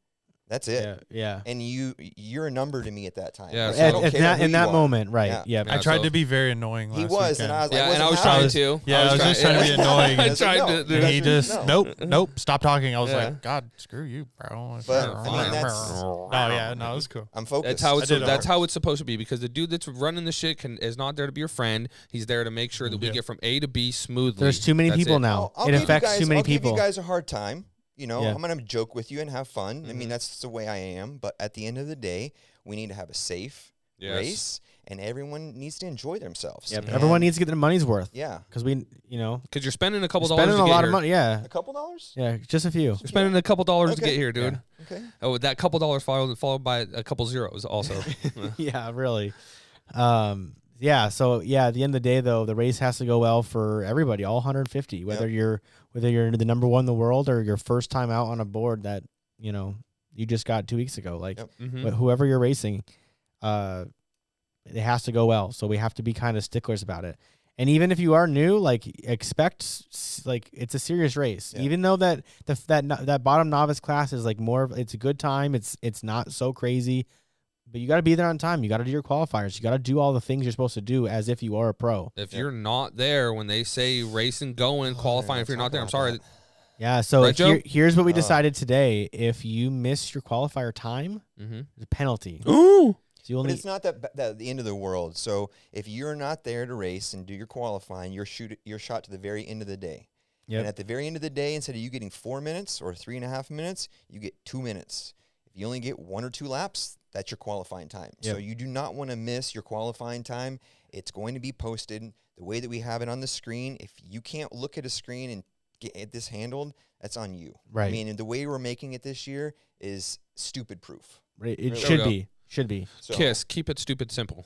that's it.
Yeah, yeah.
And you, you're a number to me at that time.
Yeah,
Like,
so-
I
At,
don't
at
care
that,
who
in
you
that
are.
moment, right?
Yeah.
Yeah.
Yeah.
I tried to be very annoying last
He was,
weekend.
and I was like,
Yeah, and I was
wasn't
trying
having it.
to.
yeah, I was just trying to be
[LAUGHS]
annoying.
I
It's
tried
like, no,
to.
you
do
guys
And
that.
he
are-
just
no. [LAUGHS]
nope, nope. Stop talking. I was
Yeah.
like, God, screw you, bro.
But,
I mean,
that's- oh,
no, Oh, yeah, no, it was cool.
I'm focused.
That's how it's
I did
that's
ours.
how it's supposed to be because the dude that's running the shit can, is not there to be your friend. He's there to make sure that we
Yeah.
get from A to B smoothly.
There's too many
That's
people
it.
now.
I'll, I'll
it
give
affects
you guys,
too many
I'll
people.
give you guys a hard time. You know,
Yeah.
I'm gonna joke with you and have fun.
Mm-hmm.
I mean, that's the way I am. But at the end of the day, we need to have a safe
Yes. Mm-hmm.
race, and everyone needs to enjoy themselves.
Yep.
And-
Everyone needs to get their money's worth
Yeah,
because we, you know,
Because you're spending a couple
spending
dollars.
a
to get
lot
here.
of money. Yeah,
a couple dollars.
yeah, just a
[LAUGHS]
few.
You're spending a couple dollars to
Okay.
get here, dude.
Okay.
Oh, that couple dollars followed followed by a couple zeros also.
[LAUGHS] yeah, really. Um, yeah, so yeah, at the end of the day though, the race has to go well for everybody, all 150, whether you're whether you're the number 1 in the world or your first time out on a board that, you know, you just got 2 weeks ago, like
Yep.
Mhm.
wh- whoever you're racing, uh it has to go well. So we have to be kind of sticklers about it. And even if you are new, like expect s- s- like it's a serious race.
Yeah.
Even though that the f- that no- that bottom novice class is like more of it's a good time. It's it's not so crazy, but you got to be there on time. You got to do your qualifiers. You got to do all the things you're supposed to do as if you are a pro.
If
Yeah.
you're not there when they say racing, going,
Oh,
qualifying,
man,
if you're
talk
not there, I'm
about
sorry.
that.
Yeah. So
Right, Joe?
here- here's what we
Uh.
decided today: if you miss your qualifier time,
Mm-hmm.
it's a penalty. So
[LAUGHS] Ooh,
you
But
only
it's not that, ba- that the end of the world. So if you're not there to race and do your qualifying, you're shoot you're shot to the very end of the day.
Yep.
And at the very end of the day, instead of you getting four minutes or three and a half minutes, you get two minutes. If you only get one or two laps, that's your qualifying time. So
Yep.
you do not want to miss your qualifying time. It's going to be posted the way that we have it on the screen. If you can't look at a screen and get this handled, that's on you. I
Right.
mean, and the way we're making it this year is stupid proof.
it,
we
it should
go.
be should be.
So
kiss. Keep it stupid simple.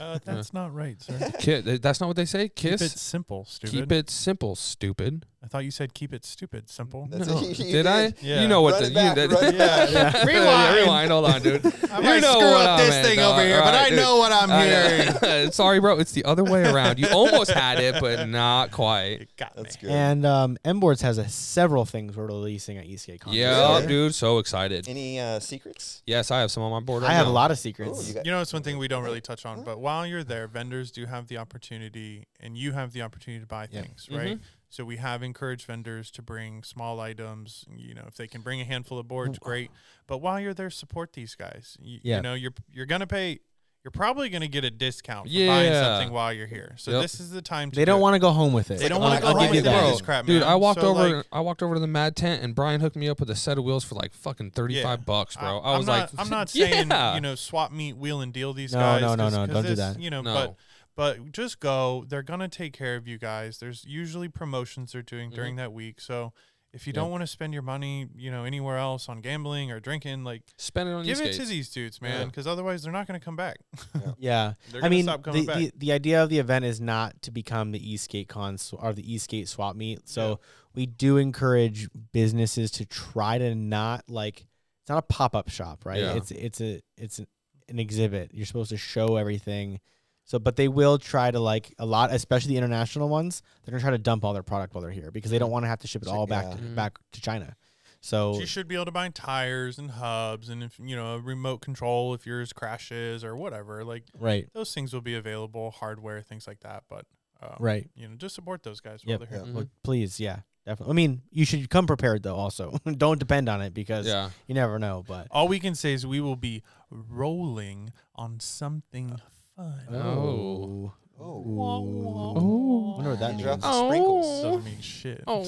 Uh, that's not right,
[LAUGHS]
sir.
Kid, that's not what they say.
Keep it
Kiss.
simple,
Keep it,
stupid.
simple, stupid.
I thought you said keep it stupid, simple.
That's
No.
it. You
Did,
did.
I?
Yeah.
You know what
Run
Oh, the
it back,
you did.
run it
[LAUGHS]
back. [LAUGHS]
Yeah,
Rewind.
rewind. Hold on, dude.
[LAUGHS] I
might know screw what up I this meant, thing over dog. here, but Alright, I dude. know
what I'm
I know. [LAUGHS] Sorry, bro. It's the other way around. You almost had it,
[LAUGHS]
but not quite.
Got
That's good.
And um, Mboards has a, several things we're releasing at E Eastgate Con.
Yeah,
Yeah.
dude. So excited.
Any uh, secrets?
Yes, I have some on my board. Right
I have
now.
a lot of
Ooh,
secrets.
Oh, you got-
You know, it's one thing we don't really touch on, but while you're there, vendors do have the opportunity, and you have the opportunity to buy things, right? So we have encouraged vendors to bring small items. You know, if they can bring a handful of boards, great. But while you're there, support these guys. You,
Yeah.
you know, you're you're gonna pay. you're probably going to get a discount for buying
Yeah.
something while you're here. So
Yep.
this is the time to
They
do
don't
it.
want to go home with it.
They don't
I'll-
wanna go
I'll
home
give you
with it.
that.
This crap,
dude.
man.
I walked
So,
over.
like-
I walked over to the Mad Tent, and Brian hooked me up with a set of wheels for like fucking thirty five
Yeah.
bucks, bro.
I-
I, was
I'm
like,
not,
[LAUGHS]
I'm not
[LAUGHS] yeah.
saying you know swap meet wheel and deal these
No,
guys.
no, no,
'cause-
no,
'cause
don't do
this,
that.
You know,
No.
but but just go. They're gonna take care of you guys. There's usually promotions they're doing during that week. So if you
Yeah.
don't want to spend your money, you know, anywhere else on gambling or drinking, like
spend it on
give
Eastgate.
it to these dudes,
Yeah.
man, because otherwise they're not gonna come back. [LAUGHS]
Yeah,
They're
I
gonna
mean,
stop coming
the,
back.
the, the idea of the event is not to become the Eastgate Con sw- or the Eastgate Swap Meet. So
Yeah.
we do encourage businesses to try to not like it's not a pop up shop, right?
Yeah.
It's it's a it's an, an exhibit. You're supposed to show everything. So, but they will try to like a lot, especially the international ones. They're gonna try to dump all their product while they're here because they
Mm.
don't want to have to ship it
Chi-
all back
yeah.
to,
Mhm.
back to China. So
you should be able to buy tires and hubs and if you know a remote control if yours crashes or whatever. Like
right,
those things will be available, hardware, things like that. But um,
right.
you know, just support those guys
Yep.
while they're here.
Yeah.
Well, please, yeah, definitely. I mean, you should come prepared though. Also, [LAUGHS] don't depend on it because
[LAUGHS] yeah,
you never know. But
All we can say is we will be rolling on
Uh,
something fun.
Oh.
Oh,
Ooh. wonder what that
you
means.
dropped
Oh.
the sprinkles.
Doesn't mean shit.
oh.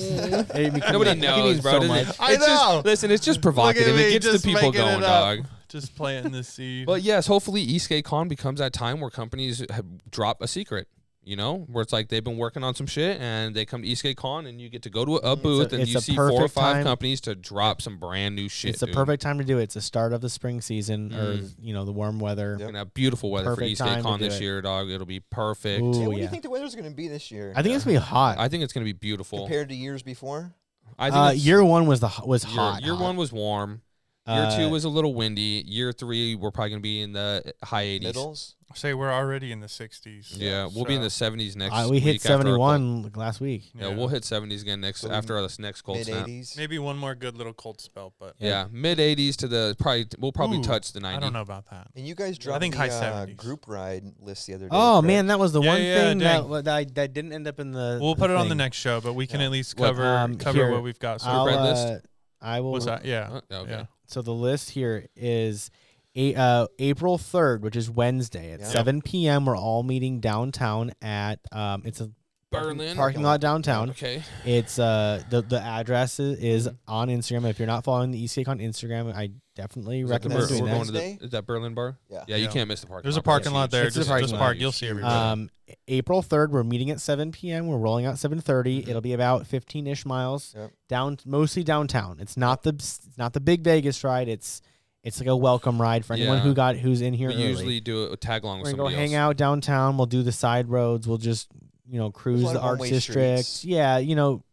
Hey, because
[LAUGHS]
Nobody
it
knows,
means
bro.
so
Doesn't
much.
it-
I
it's just-
know.
listen, it's just provocative.
me,
it gets the
just
people
making it
going,
up.
dog.
[LAUGHS] Just planting
[LAUGHS]
the seed.
But yes, hopefully Eastgate Con becomes that time where companies have drop a secret. You know, where it's like they've been working on some shit and they come to Eastgate Con and you get to go to a, booth and
Mm, it's
you
a
see four or
perfect
five
time.
companies to drop some brand new [LAUGHS] shit.
It's the
dude.
perfect time to do it. It's the start of the spring season, or
Mm.
you know, the warm weather.
Yep.
We're gonna have beautiful weather for
Perfect
Eastgate
time to
Con
do
this
it.
year, dog. It'll be perfect.
Ooh,
Tim, what do
Oh, yeah.
you think the weather's going to be this year?
I think it's gonna be hot.
I think it's gonna be beautiful.
compared to years before.
I think
uh,
it's-
year one was the ho- was
year,
hot.
year
hot.
one was warm. Year
Uh,
two was a little windy. Year three, we're probably gonna be in the high 80s.
Middles.
Say we're already in the 60s.
Yeah, we'll be in the
so-
70s next.
uh, we hit
week after our cold-
seventy one last week.
Yeah, we'll hit 70s again next
So we-
after this next cold
Mid
snap.
80s.
Maybe one more good little cold spell, but
Yeah.
Yeah, mid 80s to the probably we'll probably
Ooh,
touch the 90s.
I don't know about that.
And you guys dropped
think
the
high
uh,
70s.
group ride list the other day.
Oh
correct?
man, that was the
Yeah,
one
yeah,
thing that,
dang.
wa- that I, that didn't end up in the.
We'll put it on the
thing.
next show, but we can
Yeah.
at least
What,
cover
um,
cover
here,
what we've got. So
I'll,
red list?
uh, I will.
what's that? Yeah.
Oh, okay.
Yeah.
So the list here is a, uh, April 3rd, which is Wednesday at
Yeah.
7 p.m. We're all meeting downtown at um, it's a parking-
Berlin.
parking lot downtown.
Okay.
It's uh the the address i- is on Instagram. If you're not following the Eastlake on Instagram, I definitely
Is that the
We're,
recommend
Berlin-
we're
doing
going
that.
to
Wednesday?
the, is that Berlin bar?
Yeah.
Yeah, you
Yeah.
can't miss the parking.
There's a
lot.
parking lot there.
It's
Just,
a parking
just
lot.
park. You'll see everybody.
Um, April 3rd, we're meeting at 7 p.m. We're rolling out 7:30.
Mhm.
It'll be about 15ish miles
Yep.
down, mostly downtown. It's not the it's not the big Vegas ride. It's it's like a welcome ride for anyone
Yeah.
who got who's in here.
We
early.
usually do a tag along with
We're gonna
somebody
go hang
else.
out downtown. We'll do the side roads. We'll just you know cruise
lot
the
of
arts
one-way
district.
streets.
Yeah, you know,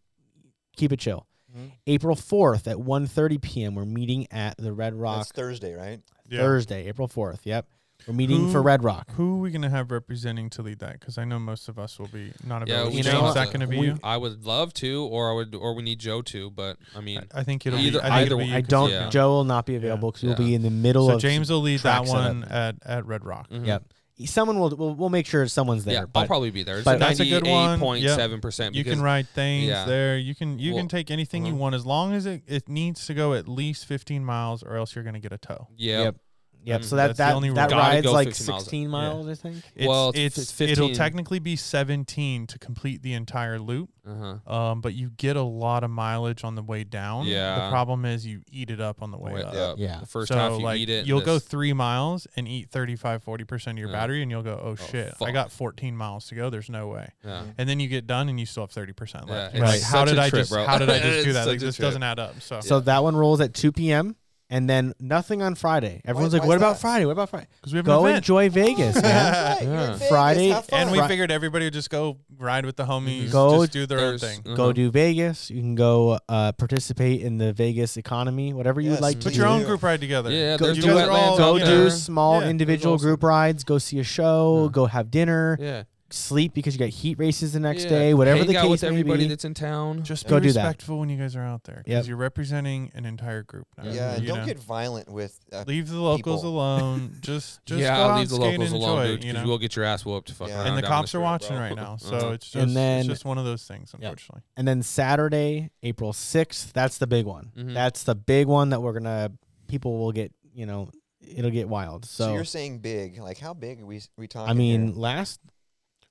keep it chill.
Mhm.
April fourth at 1.30 p.m. We're meeting at the Red Rock
That's Thursday, right?
yeah.
Thursday, April fourth. Yep, we're meeting for
Who-
Red Rock.
Who are we gonna have representing to lead that? Because I know most of us will be not
Yeah,
available.
we
James,
should have
is that
a-
gonna be
we-
you?
I would love to, or I would, or we need Joe to, but I mean,
I- I think it'll
Either-
be. I, think
either
it'll be
one.
you
I
'cause
don't.
you're
yeah.
out.
Joe will not be available because we'll be
Yeah.
in the middle
So
of.
James will lead
track
that
setup.
one at, at Red Rock.
mhm.
Yep. Someone will. We'll, we'll make sure someone's there.
yeah,
but
I'll probably be there. It's
but-
That's a good one.
98.7 percent.
You can ride things
yeah.
there. You can you
Well,
can take anything you
mhm.
want as long as it, it needs to go at least 15 miles, or else you're gonna get a tow.
Yeah.
Yep. yep.
Mm,
so that
that's the
that
only
that
route.
Gotta
ride's
go
like
50 miles.
16 miles, I think.
It's,
Well, it's-
it's,
it's
it'll
15.
technically be 17 to complete the entire loop.
Uh huh.
Um, but you get a lot of mileage on the way down.
Yeah.
The problem is you eat it up on the way,
Wait,
up.
yeah.
Yeah.
The first
so
half you
like
eat it.
you'll
this-
go three miles and eat 35, 40 percent of your
Yeah.
battery, and you'll go, oh, shit, I
fuck.
got 14 miles to go. There's no way.
Yeah.
And then you get done and you still have 30 percent
Yeah,
left.
it's
You're like,
Right.
how
such
did
a
I
trip,
just
bro.
how did
[LAUGHS]
I just do
It's
that? Like
such a
this
trip.
doesn't add up. So
So that one rolls at 2 p.m. And then nothing on Friday. Everyone's like,
why's
"What about
that?"
Friday? What about Friday?"
because we have
Go
an event. Uh-huh.
enjoy
[LAUGHS]
Vegas, man.
That's [LAUGHS] right, you're in
Yeah.
Vegas,
Friday
have fun.
and we
Right.
figured everybody would just go ride with the homies,
Go
just do their own
Mm-hmm. There's-
thing.
Go
uh-huh.
do Vegas. You can go uh, participate in the Vegas economy, whatever you'd
Yes,
like to
Put
do.
your
Yeah.
own group ride together.
Yeah,
Go-
there's
you
the
guys are
wetlands
all
out
go
out
there.
do small
Yeah,
individual
that's
group rides. Go see a show.
Yeah.
Go have dinner.
Yeah.
Sleep because you got heat races the next
Yeah.
day. Whatever
Hang
the
out
case
with
may
everybody
be.
that's in town.
Just be
Go do that.
respectful when you guys are out there because
Yep.
you're representing an entire group now.
Yeah,
you
don't
know?
get violent with. Uh,
leave the locals
people.
alone.
[LAUGHS]
just just
yeah,
go out
leave the
skate
locals
and
alone,
enjoy,
dude, because
you
you,
know.
will get your ass whooped. Fucking
Yeah.
around
and the
down
cops are
street,
watching
bro. Oh [LAUGHS]
right now, so
Uh-huh.
it's just
And then-
it's just one of those things, unfortunately.
and then Saturday, April sixth. That's the big one.
Mhm.
That's the big one that we're gonna. People will get you know it'll get wild.
So,
So,
you're saying big? Like how big are we we talking?
I mean, last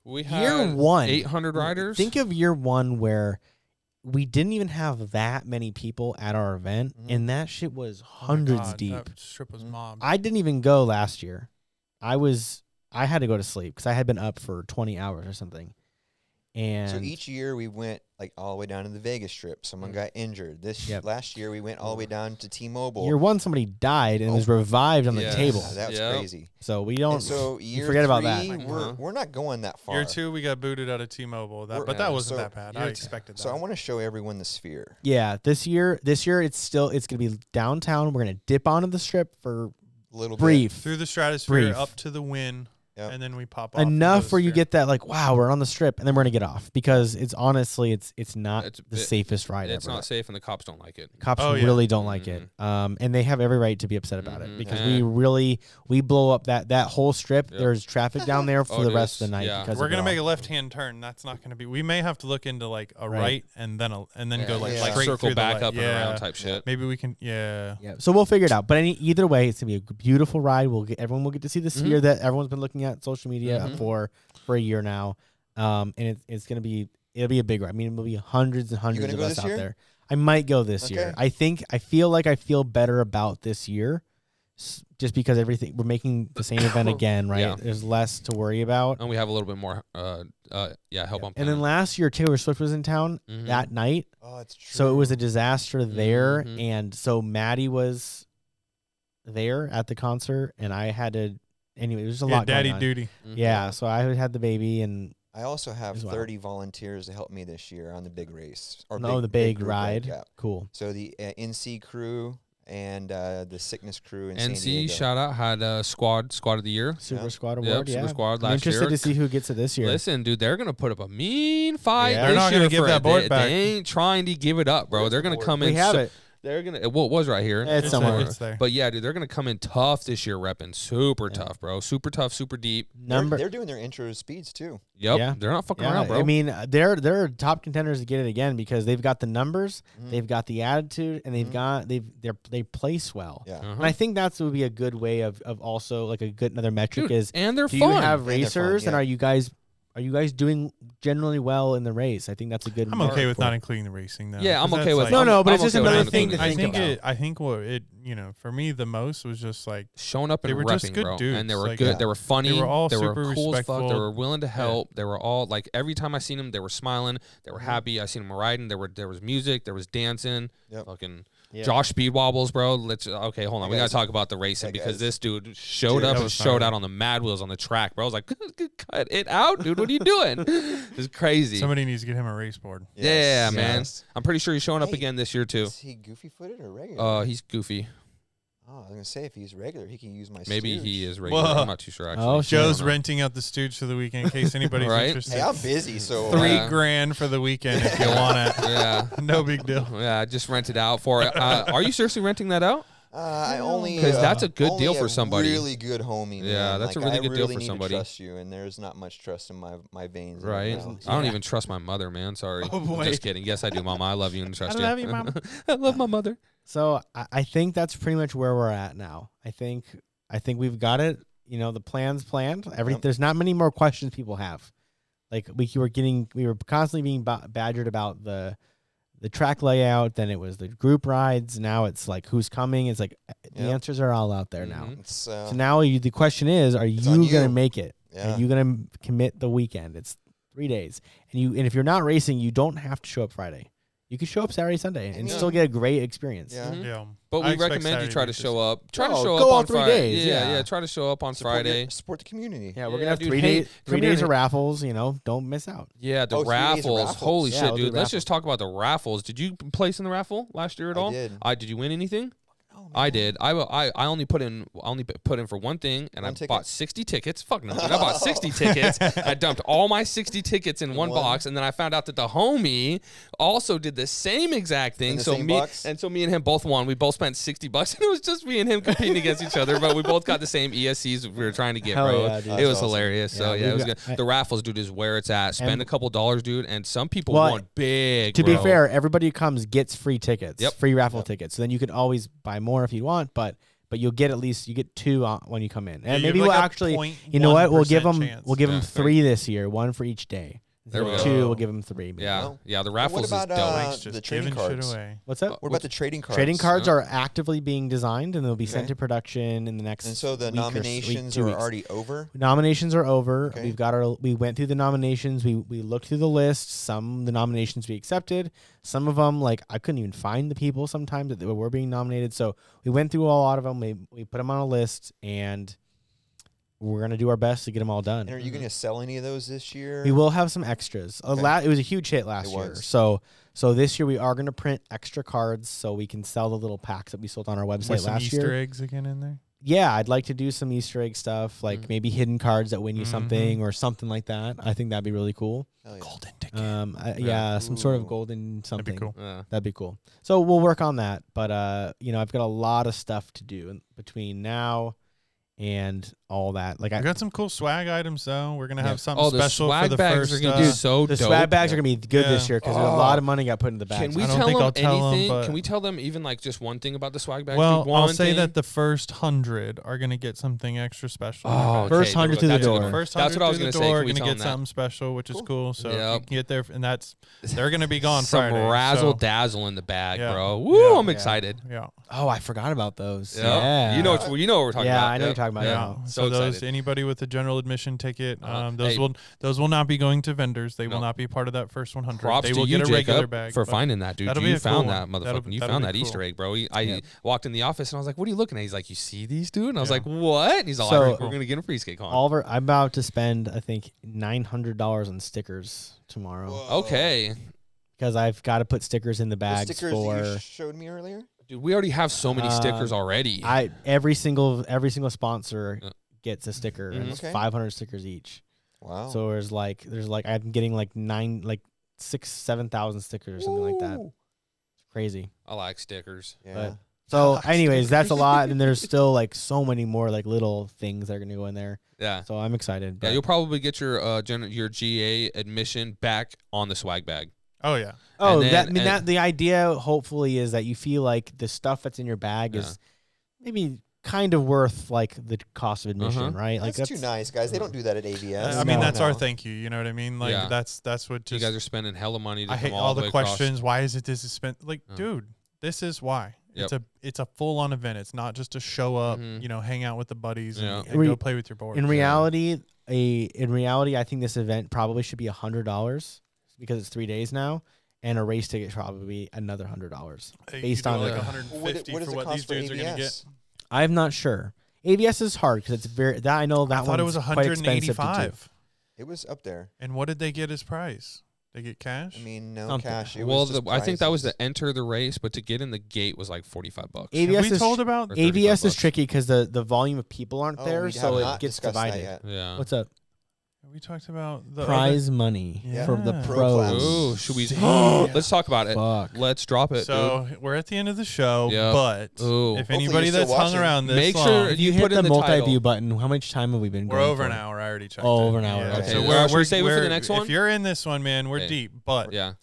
We had
year one,
800 riders.
Think of year one where we didn't even have that many people at our event,
Mhm.
and that shit was
Mm. Oh my
hundreds
God,
deep.
That strip was
Mhm.
mobbed.
I didn't even go last year. I was I had to go to sleep because I had been up for 20 hours or something. And
so each year we went like all the way down to the Vegas Strip. Someone got injured. This
Mm. Yep.
last year we went all the way down to T-Mobile.
year one, somebody died and was
Oh.
revived on
Yes.
the table.
Yeah, Ah, that was
Yep.
crazy.
So we don't.
And so year
forget about that.
Oh
three,
Like,
We're,
huh?
we're not going that far.
Year two, we got booted out of T-Mobile. That,
We're-
but
Yeah,
that wasn't
so-
that bad.
year
I
t-
expected that.
So I want to show everyone the sphere.
yeah, this year, this year it's still it's gonna be downtown. We're gonna dip onto the strip for
A little bit.
brief,
through the stratosphere
Brief.
up to the win,
Yep.
and then we pop off into
enough
the
where you
sphere.
get that like, wow, we're on the strip, and then we're gonna get off because it's honestly it's it's not
It's-
the
it-
safest ride
it's
ever.
not safe, and the cops don't like it.
Cops
Oh, yeah.
really don't like it,
Mm-hmm.
um, and they have every right to be upset about it
Mhm.
because
Yeah.
we really we blow up that that whole strip.
Yep.
There's traffic
[LAUGHS]
down there for
Oh,
the
it
rest of
is.
the night.
Yeah.
because
We're
of
gonna
it
make a
all.
left-hand turn. That's not gonna be. We may have to look into like a
Right.
right, and then a, and then go
Yeah,
like
it's
like
straight through
circle
the
back
left.
up
yeah.
and around type shit.
Maybe we can. Yeah.
Yeah, so we'll figure it out. But any, either way, it's gonna be a beautiful ride. We'll get everyone will get to see the
Mm-hmm.
sphere that everyone's been looking at social media uh,
Mhm.
for for a year now, um, and it, it's gonna be it'll be a big ride. I mean, it'll be hundreds and hundreds
gonna
of
go
us
this
out
year?
there. I might go this year.
Okay.
I think I feel like I feel better about this year, s- just because everything we're making the same
[COUGHS]
event again, right?
Yeah.
There's less to worry about.
And we have a little bit more, uh, uh, yeah, help on
And then last year Taylor Swift was in town
Mhm.
that night,
Oh, it's true.
so it was a disaster there,
Mhm.
and so Maddie was there at the concert, and I had to. Anyway, there's a
Yeah,
lot.
daddy
going on.
duty.
Mhm.
Yeah, so I had the baby, and
I also have
as well.
30 volunteers to help me this year on the big race or
no, Oh, the big,
group
ride.
Yeah.
Cool.
So the uh, NC crew and uh, the sickness crew in San
NC
Diego.
shout out had a squad squad of the year.
Super
Yeah.
Squad
Yep,
Award.
Super
yeah.
Squad
I'm
last
interested
year.
to see who gets it this year.
Listen, dude, they're gonna put up a mean fight.
Yeah.
Yeah.
They're
not gonna give that board
they,
back.
They ain't trying to give it up, bro.
Where's
They're
the
gonna
board?
come in.
we have
so-
it.
They're gonna. What was right here?
It's somewhere.
there, It's there.
But yeah, dude, they're gonna come in tough this year, repping super
Yeah.
tough, bro. Super tough, super deep.
They're,
Number.
they're doing their intro speeds too.
Yep,
Yeah.
they're not fucking
yeah,
around, bro.
I mean, uh, they're they're top contenders to get it again because they've got the numbers,
Mhm.
Mm-hmm.
they've got the attitude, and they've
Mhm.
got they've they're they place well.
Yeah.
Uh-huh.
And I think that's would be a good way of of also like a good another metric
Dude,
is
and they're
do
fun.
you have
And they're fun,
racers and
yeah.
are you guys are you guys doing generally well in the race? I think that's a good.
I'm
mark
okay with
for it.
not including the racing though.
yeah,
'cause
I'm okay
that's,
with.
like-
No,
I'm-
no, but
I'm
it's just
okay with
another
not
thing
including
to
I
it.
think
think
about.
it. I think what it. You know, for me, the most was just like
showing up and
They were
repping,
just good
bro.
dudes,
And they were
like,
good.
yeah.
They were funny.
They were all super
cool as fuck. They
respectful.
were willing to help. They were all like every time I seen them, they were smiling. They
Mm-hmm.
were happy. I seen them riding. There were there was music. There was dancing.
Yep.
Fucking
Yeah.
Josh Speedwobbles, bro. Let's okay, hold on. We gotta
guy's-
talk about the racing
that
because
guy's-
this dude showed
Dude,
up
that
and
was
showed
fire.
out on the mad wheels on the track, bro. I was like, cut it out, dude.
[LAUGHS]
What are you doing? It's crazy.
somebody needs to get him a race board.
yeah,
Yes.
man.
Yes.
I'm pretty sure he's showing up
Hey.
again this year too.
Is he goofy footed or regular?
Uh, he's goofy.
oh, I was gonna say if he's regular, he can use my.
Maybe
steers.
he is regular.
Whoa.
I'm not too sure actually.
Oh,
I don't
Joe's
know.
renting out the Stooge for the weekend in case anybody's
Right?
interested.
Hey, I'm busy, so uh,
[LAUGHS]
Three
Yeah.
grand for the
[LAUGHS]
weekend if you want it.
Yeah.
No
[LAUGHS]
big deal.
Yeah, I just rent it out for it.
[LAUGHS]
Uh, are you seriously renting that out?
uh, I only
'Cause
uh,
that's a good
only
deal for somebody.
Really good homie. Man.
Yeah, that's a
Like,
really
I
good deal
really
for
need to
somebody.
Trust you, and there's not much trust in my my veins.
[LAUGHS]
Right. Mm-hmm.
now.
I don't even trust my mother, man. Sorry.
Oh, boy.
Just kidding. Yes, I do, Mama. I love you and trust you.
love you, Mom.
[LAUGHS] I love my mother.
So I, I think that's pretty much where we're at now. I think I think we've got it. You know, the plan's planned. Every
Yep.
there's not many more questions people have. Like we were getting, we were constantly being ba- badgered about the the track layout. Then it was the group rides. Now it's like who's coming. It's like uh, the
Yep.
answers are all out there now.
Mhm.
It's, uh,
So now you, the question is, are
on
you gonna
you.
make it?
yeah.
Are you gonna commit the weekend? It's three days, and you and if you're not racing, you don't have to show up Friday. You can show up Saturday, Sunday, and
Yeah.
still get a great experience.
yeah.
Mhm.
Yeah.
But
I
we
expect
recommend you
Saturday
try
to
to
be
show up. Try to
No, go
show up
all
on
three
Friday.
days,
Yeah,
yeah.
yeah. Try to show up on
Support your-
Friday.
support the community.
Yeah, we're
Yeah,
gonna have
dude,
three
hey,
days, three
come
days
here.
of raffles. You know, don't miss out.
Yeah, the
Oh, three days
raffles.
of raffles.
Holy
Yeah,
shit,
we'll do
dude. Let's
raffles.
just talk about the raffles. Did you place in the raffle last year at
I
all?
did.
I did you win anything?
Oh,
I
man.
did. I, will- I I only put in I only p- put in for one thing, and I
One ticket?
bought sixty tickets. Fuck no, dude, I
[LAUGHS]
bought sixty tickets. I dumped all my sixty tickets in one,
one?
box, and then I found out that the homie also did the same exact thing.
the
so
same
me
box?
and so me and him both won. We both spent sixty bucks, and it was just me and him competing against each other. But we both got the same ESCs we were trying to get,
Hell
bro.
yeah, dude.
it
That's
was
awesome.
hilarious. so
Yeah,
yeah, it
we've
was
got-
good. the raffles, dude, is where it's at. Spend
And-
a couple dollars, dude, and some people
Well,
won big.
To
bro.
be fair, everybody who comes gets free tickets,
Yep.
free raffle tickets. So then you could always buy more if you want, but but you'll get at least you get two uh, when you come in, and
You have
maybe
like
we'll
a
actually you know what? We'll give
0.1%
them
chance.
we'll give
Yeah,
them
fair.
three this year, one for each day. Instead
There we
of
go.
two, we'll give them three. maybe.
Yeah,
Well,
yeah. The raffles
about,
is dope.
uh,
Frank's
the
just
trading
giving shit
cards.
away.
What's up?
What about the trading cards?
Trading cards
Yeah.
are actively being designed, and they'll be sent
Okay.
to production in the next.
And so the
week or s- week-
nominations
two
are
weeks.
already over.
Nominations are over.
Okay.
We've got our. We went through the nominations. We we looked through the list. Some the nominations we accepted. Some of them, like I couldn't even find the people sometimes that they were being nominated. So we went through a lot of them. We we put them on a list, and we're gonna do our best to get them all done.
And are you going to sell any of those this year?
We will have some extras. A
Okay.
la- it was a huge hit last
It
year.
was.
So so this year we are going to print extra cards so we can sell the little packs that we sold on our website
With some
last
Easter
year.
eggs again in there.
Yeah, I'd like to do some Easter egg stuff, like
Mm.
Mhm.
maybe hidden cards that win you
Mhm.
something or something like that. I think that'd be really cool.
Hell yeah. Uh,
Golden ticket.
Um, I- yeah.
Yeah.
some sort
Ooh.
of golden something.
That'd be cool.
Yeah.
That'd be cool. So we'll work on that. But uh, you know, I've got a lot of stuff to do in between now and all that. Like
We
I,
got some cool swag items though. We're gonna
Yeah.
have something
Oh, the
special
swag
for the
bags
first.
are gonna
uh,
be so
the
dope.
swag bags are gonna be good this
Yeah.
year because
Oh.
a lot of money got put into the bags.
Can we
I don't
tell
think
them
I'll tell 'em,
anything?
but-
Can we tell them even like just one thing about the swag bags?
well,
Dude,
I'll
one
say
thing?
that the first hundred are gonna get something extra special. in their
Oh,
bag.
First
okay, there we
100
go.
through the
That's a good
door.
one.
First
That's
hundred
what I was
through
gonna
the
say.
door
Can we
gonna
tell
get
them that?
something special, which is
Cool.
cool. So if
Yep.
you can get there,
[LAUGHS]
and that's they're gonna be gone
Some
Friday.
razzle
so,
dazzle in the bag,
Yeah.
bro. Woo!
Yeah.
I'm
Yeah.
excited.
yeah,
Oh, I forgot about those.
Yeah.
Yeah.
You know what you know what we're talking
yeah,
about.
I know
Yep.
you're talking about.
Yeah.
Yeah.
yeah.
So
So, those
excited.
anybody with a general admission ticket,
Uh,
um, those
hey.
will those will not be going to vendors. They will
No.
not be part of that first one hundred.
Props
They will
to you,
get a
Jacob,
regular bag
for
but-
finding that, dude.
That'll be
you
a cool
found that
one. That'll-
motherfucker. You
that'll
found
be
that Easter
cool.
egg, bro. He- I
Yeah.
walked in the office and I was like, "What are you looking at?" He's like, "You see these, dude?" And I was
Yeah.
like, "What?" And he's all,
So-
"I think "We're gonna get him for East Gate Con."
Oliver, I'm about to spend I think nine hundred dollars on stickers tomorrow
okay,
because I've got to put stickers in the
The
bags
stickers
for
that you showed me earlier.
dude. We already have so many stickers
Um,
already.
I every single every single sponsor
Yeah.
gets a sticker and
Mhm.
it's
Okay.
five hundred stickers each.
Wow.
So there's like there's like I'm getting like nine like six seven thousand stickers or something like that.
Ooh.
Crazy.
I like stickers.
Yeah.
So anyways, that's a lot, and [LAUGHS] there's still like so many more like little things that are gonna go in there.
Yeah.
So I'm excited.
Yeah,
but-
you'll probably get your uh gen- your GA admission back on the swag bag.
Oh yeah,
Oh, that
And then-
I mean
and-
that the idea hopefully is that you feel like the stuff that's in your bag
Yeah.
is maybe kind of worth like the cost of admission,
Uh-huh.
right? Like
that's, too nice, guys. They don't do that at AVS.
I mean
No.
that's our
No.
thank you. You know what I mean? Like
Yeah.
that's that's what
you
just
guys are spending hella money to
I
come
hate
all,
all, the,
way across. Oh.
questions. Why is it this is spent? Like,
Yeah.
dude, this is why. It's a it's a full on event. It's not just to show up,
Mhm.
you know, hang out with the buddies
Yeah.
and, and
Re-
go play with your board.
in reality, a in reality, I think this event probably should be a hundred dollars because it's three days now, and a race ticket should probably be another hundred dollars. based on
like
the-
150
What, it- what does
for
it
what these
cost for
dudes
AVS?
are gonna get.
I'm not sure. ABS is hard because it's very that I know that
I thought it was
one's quite expensive to do.
185.
It was up there.
And what did they get as prize? They get cash.
I mean, no
Something.
cash. It
well,
was
the,
just
I think that was
prizes.
the enter the race, but to get in the gate was like forty five bucks.
Eight-
Have
AVS
we
is
told about
or 35
ABS is
bucks.
tricky because the the volume of people aren't
Oh,
there,
we
so
have
it
not
gets
discussed that
divided.
yet.
Yeah.
What's up?
we talked about the
Prize money
Yeah.
for the
Yeah.
Pro
pros.
class.
Ooh, should we? [GASPS]
Damn.
Let's talk about it.
Fuck.
Let's drop
Other,
it.
so we're at the end of the show,
Yeah.
but
dude. Ooh.
if
Hopefully
anybody
you're still
that's hung
watching.
around this
Make
long,
sure
If you,
You
hit
put in
the,
the
multi-view
title.
button, how much time have we been?
We're
going
over
for?
an hour. I already checked.
Oh,
it.
over an hour,
Yeah.
okay.
So
Yeah.
we're,
Should we
we're
save it for the
we're-
next one?
If you're in this one, man, we're
Okay.
deep. But
Uh, yeah.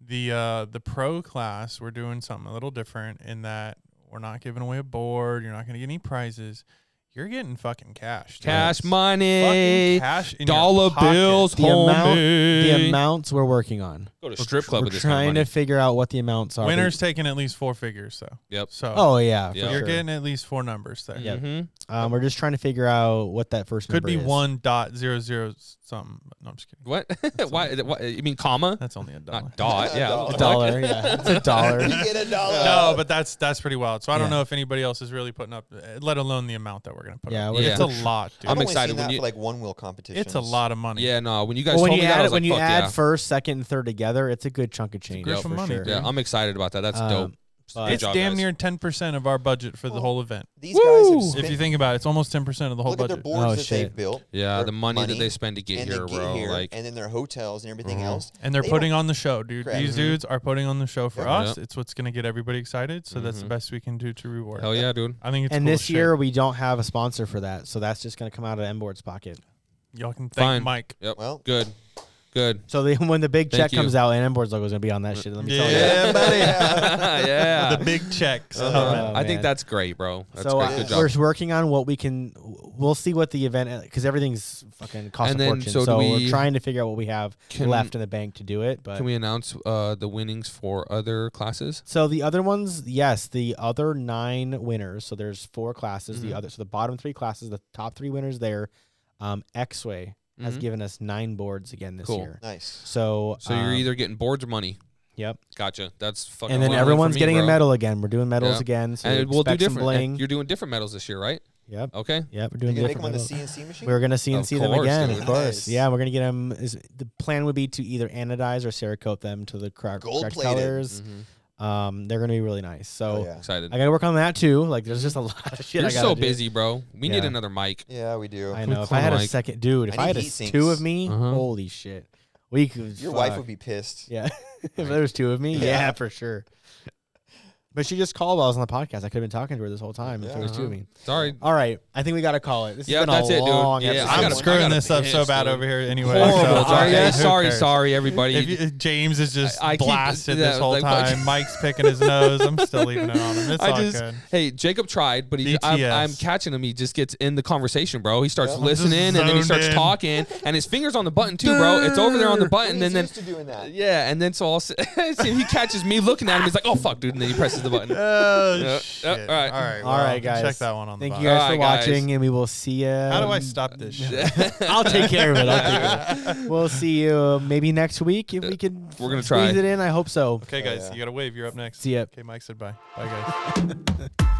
the uh, the pro class, we're doing something a little different in that we're not giving away a board. You're not going to get any prizes. You're getting fucking cash. dude.
Cash money.
Fucking cash. In your
Dollar
pocket.
bills,
The amount-
homie.
The amounts we're working on.
Go to strip club
We're
with this kind of
trying
money.
to figure out what the amounts are.
Winners taking at least four figures though.
Yep.
So
Oh yeah, for
Yeah.
you're
sure.
getting at least four numbers there.
Yeah.
Mhm.
Um, we're just trying to figure out what that first
Could
number
be
is.
one dot zero zero something. But no, I'm just kidding.
[LAUGHS] What? [LAUGHS] Why? What? You mean comma?
That's only a dollar.
Not dot. [LAUGHS] Yeah.
A
Dollar.
What
[LAUGHS]
the
dollar. Yeah, it's a dollar.
[LAUGHS] You get a dollar.
Uh,
No, but that's that's pretty wild. So I don't
Yeah.
know if anybody else is really putting up, uh, let alone the amount that we're gonna put
Yeah,
up.
we're
it's a
just-
lot,
I'm
dude.
I've only
excited
seen
when
that
you-
for like one wheel competitions.
it's a lot of money.
[LAUGHS] Yeah, no. When you guys
Well, when you
told me that, I
add it,
was like,
when you
"Fuck
add
yeah."
first, second, and third together, it's a good chunk of change.
good
for
for money,
sure.
dude.
Yeah, I'm excited about that. That's
Um,
dope.
but-
Good
It's
job,
damn
guys.
near ten percent of our budget for the
Well,
whole event.
These guys have
Woo!
spent,
If you think about it, it's almost ten percent of the whole
look at
budget.
their boards
Oh,
that
shit.
they've built.
Yeah,
their
the money, that they spend to get
and
here,
they get
bro.
here,
like,
and then their hotels and everything
Mhm.
else.
and they're
They
putting on the show, dude.
Correct.
These
Mhm.
dudes are putting on the show for
Yeah.
us. It's what's gonna get everybody excited. So that's the
Mhm.
best we can do to reward.
hell yeah, dude.
I think it's
and
cool
this
shit.
year we don't have a sponsor for that, so that's just going to come out of M Board's pocket.
y'all can thank
Fine.
Mike.
Yep.
Well,
Good. Good.
So they, [LAUGHS] when the big check
Thank
comes
you.
out, Annenboard's logo is gonna be on that shit. Let me tell you.
Yeah, buddy.
[LAUGHS]
[LAUGHS]
[LAUGHS]
yeah.
the big checks.
Uh-huh. Oh,
I think
man.
that's great, bro. That's
so
great.
uh,
Good
we're
job.
working on what we can. We'll see what the event because everything's fucking cost
And
a
then,
fortune.
so
So,
do we-
we're trying to figure out what we have
Can-
left in the bank to do it. But
Can we announce uh, the winnings for other classes?
so the other ones, yes, the other nine winners. So there's four classes.
Mm-hmm.
The other so the bottom three classes, the top three winners there. Um, X-Way has
Mhm.
given us nine boards again this
Cool.
year.
Nice.
So
So you're
um,
either getting boards or money.
yep.
Gotcha. That's fucking.
And then
win-win for
everyone's
me,
getting
bro.
a medal again. We're doing medals
Yeah.
again. So
and we'll do
expect some
different. and
bling.
You're doing different medals this year, right?
Yep.
Okay.
Yep. We're
You
doing
gonna
different
make them on the
medals.
CNC machine?
We're gonna see and
Of
see them
course,
again,
dude.
of course.
Nice.
Yeah, we're gonna get them. Is, the plan would be to either anodize or cerakote them to the correct,
Gold
correct
plated.
colors.
Mm-hmm.
Um, they're gonna be really nice. So
Oh, yeah.
Excited.
I gotta work on that too. Like, there's just a lot of shit.
You're
I gotta
so
do.
busy, bro. We need
Yeah.
another mic.
Yeah, we do.
I
Can we
know. If
clone
I had a
like-
second, dude, if
I
I, had
need
a,
heat sinks.
two of me,
Uh-huh.
holy shit, we could.
Your wife
fuck.
would be pissed.
Yeah, [LAUGHS] if there was two of me, yeah.
Yeah.
for sure. But she just called while I was on the podcast. I could have been talking to her this whole time if there was two of
Uh-huh.
me.
Sorry.
All right, I think we gotta call it. This
Yeah,
has been
that's
a
it, dude.
long
Yeah,
episode.
I
I'm
gotta-
screwing
I gotta
this up so
piss,
bad
dude.
over here anyway.
Horrible.
so,
sorry,
okay,
yeah,
who
sorry,
cares?
sorry, everybody.
If you, James is just
I- I keep-
blasted
yeah,
this whole
like, fuck. [LAUGHS]
time. Mike's picking his nose. I'm still leaving it on him. It's
I
all
just [LAUGHS]
good.
hey Jacob tried, but he I'm,
DTS.
I'm catching him. He just gets in the conversation, bro. He starts
I'm
just
listening and then he
zoned
starts
in.
talking, and his fingers on the button too, bro. It's over there on the button,
He's
and then
used to doing that.
yeah, and then so I'll s- [LAUGHS] see, he catches me looking at him. He's like, "Oh fuck, dude!" And then he presses the button.
Oh,
Yeah,
shit.
yeah, all right.
All right,
All
well,
right, guys.
Check that one on
Thank
the
you
box.
guys
All
for
right, guys.
watching, and we will see you.
How
Um,
do I stop this shit?
[LAUGHS] I'll take care of it.
[LAUGHS]
I'll take care of it. We'll see you uh, maybe next week if we can.
We're gonna
squeeze
try.
it in. I hope so.
Okay, guys,
yeah.
you got to wave. You're up next.
See ya.
Okay, Mike said bye. Bye, guys.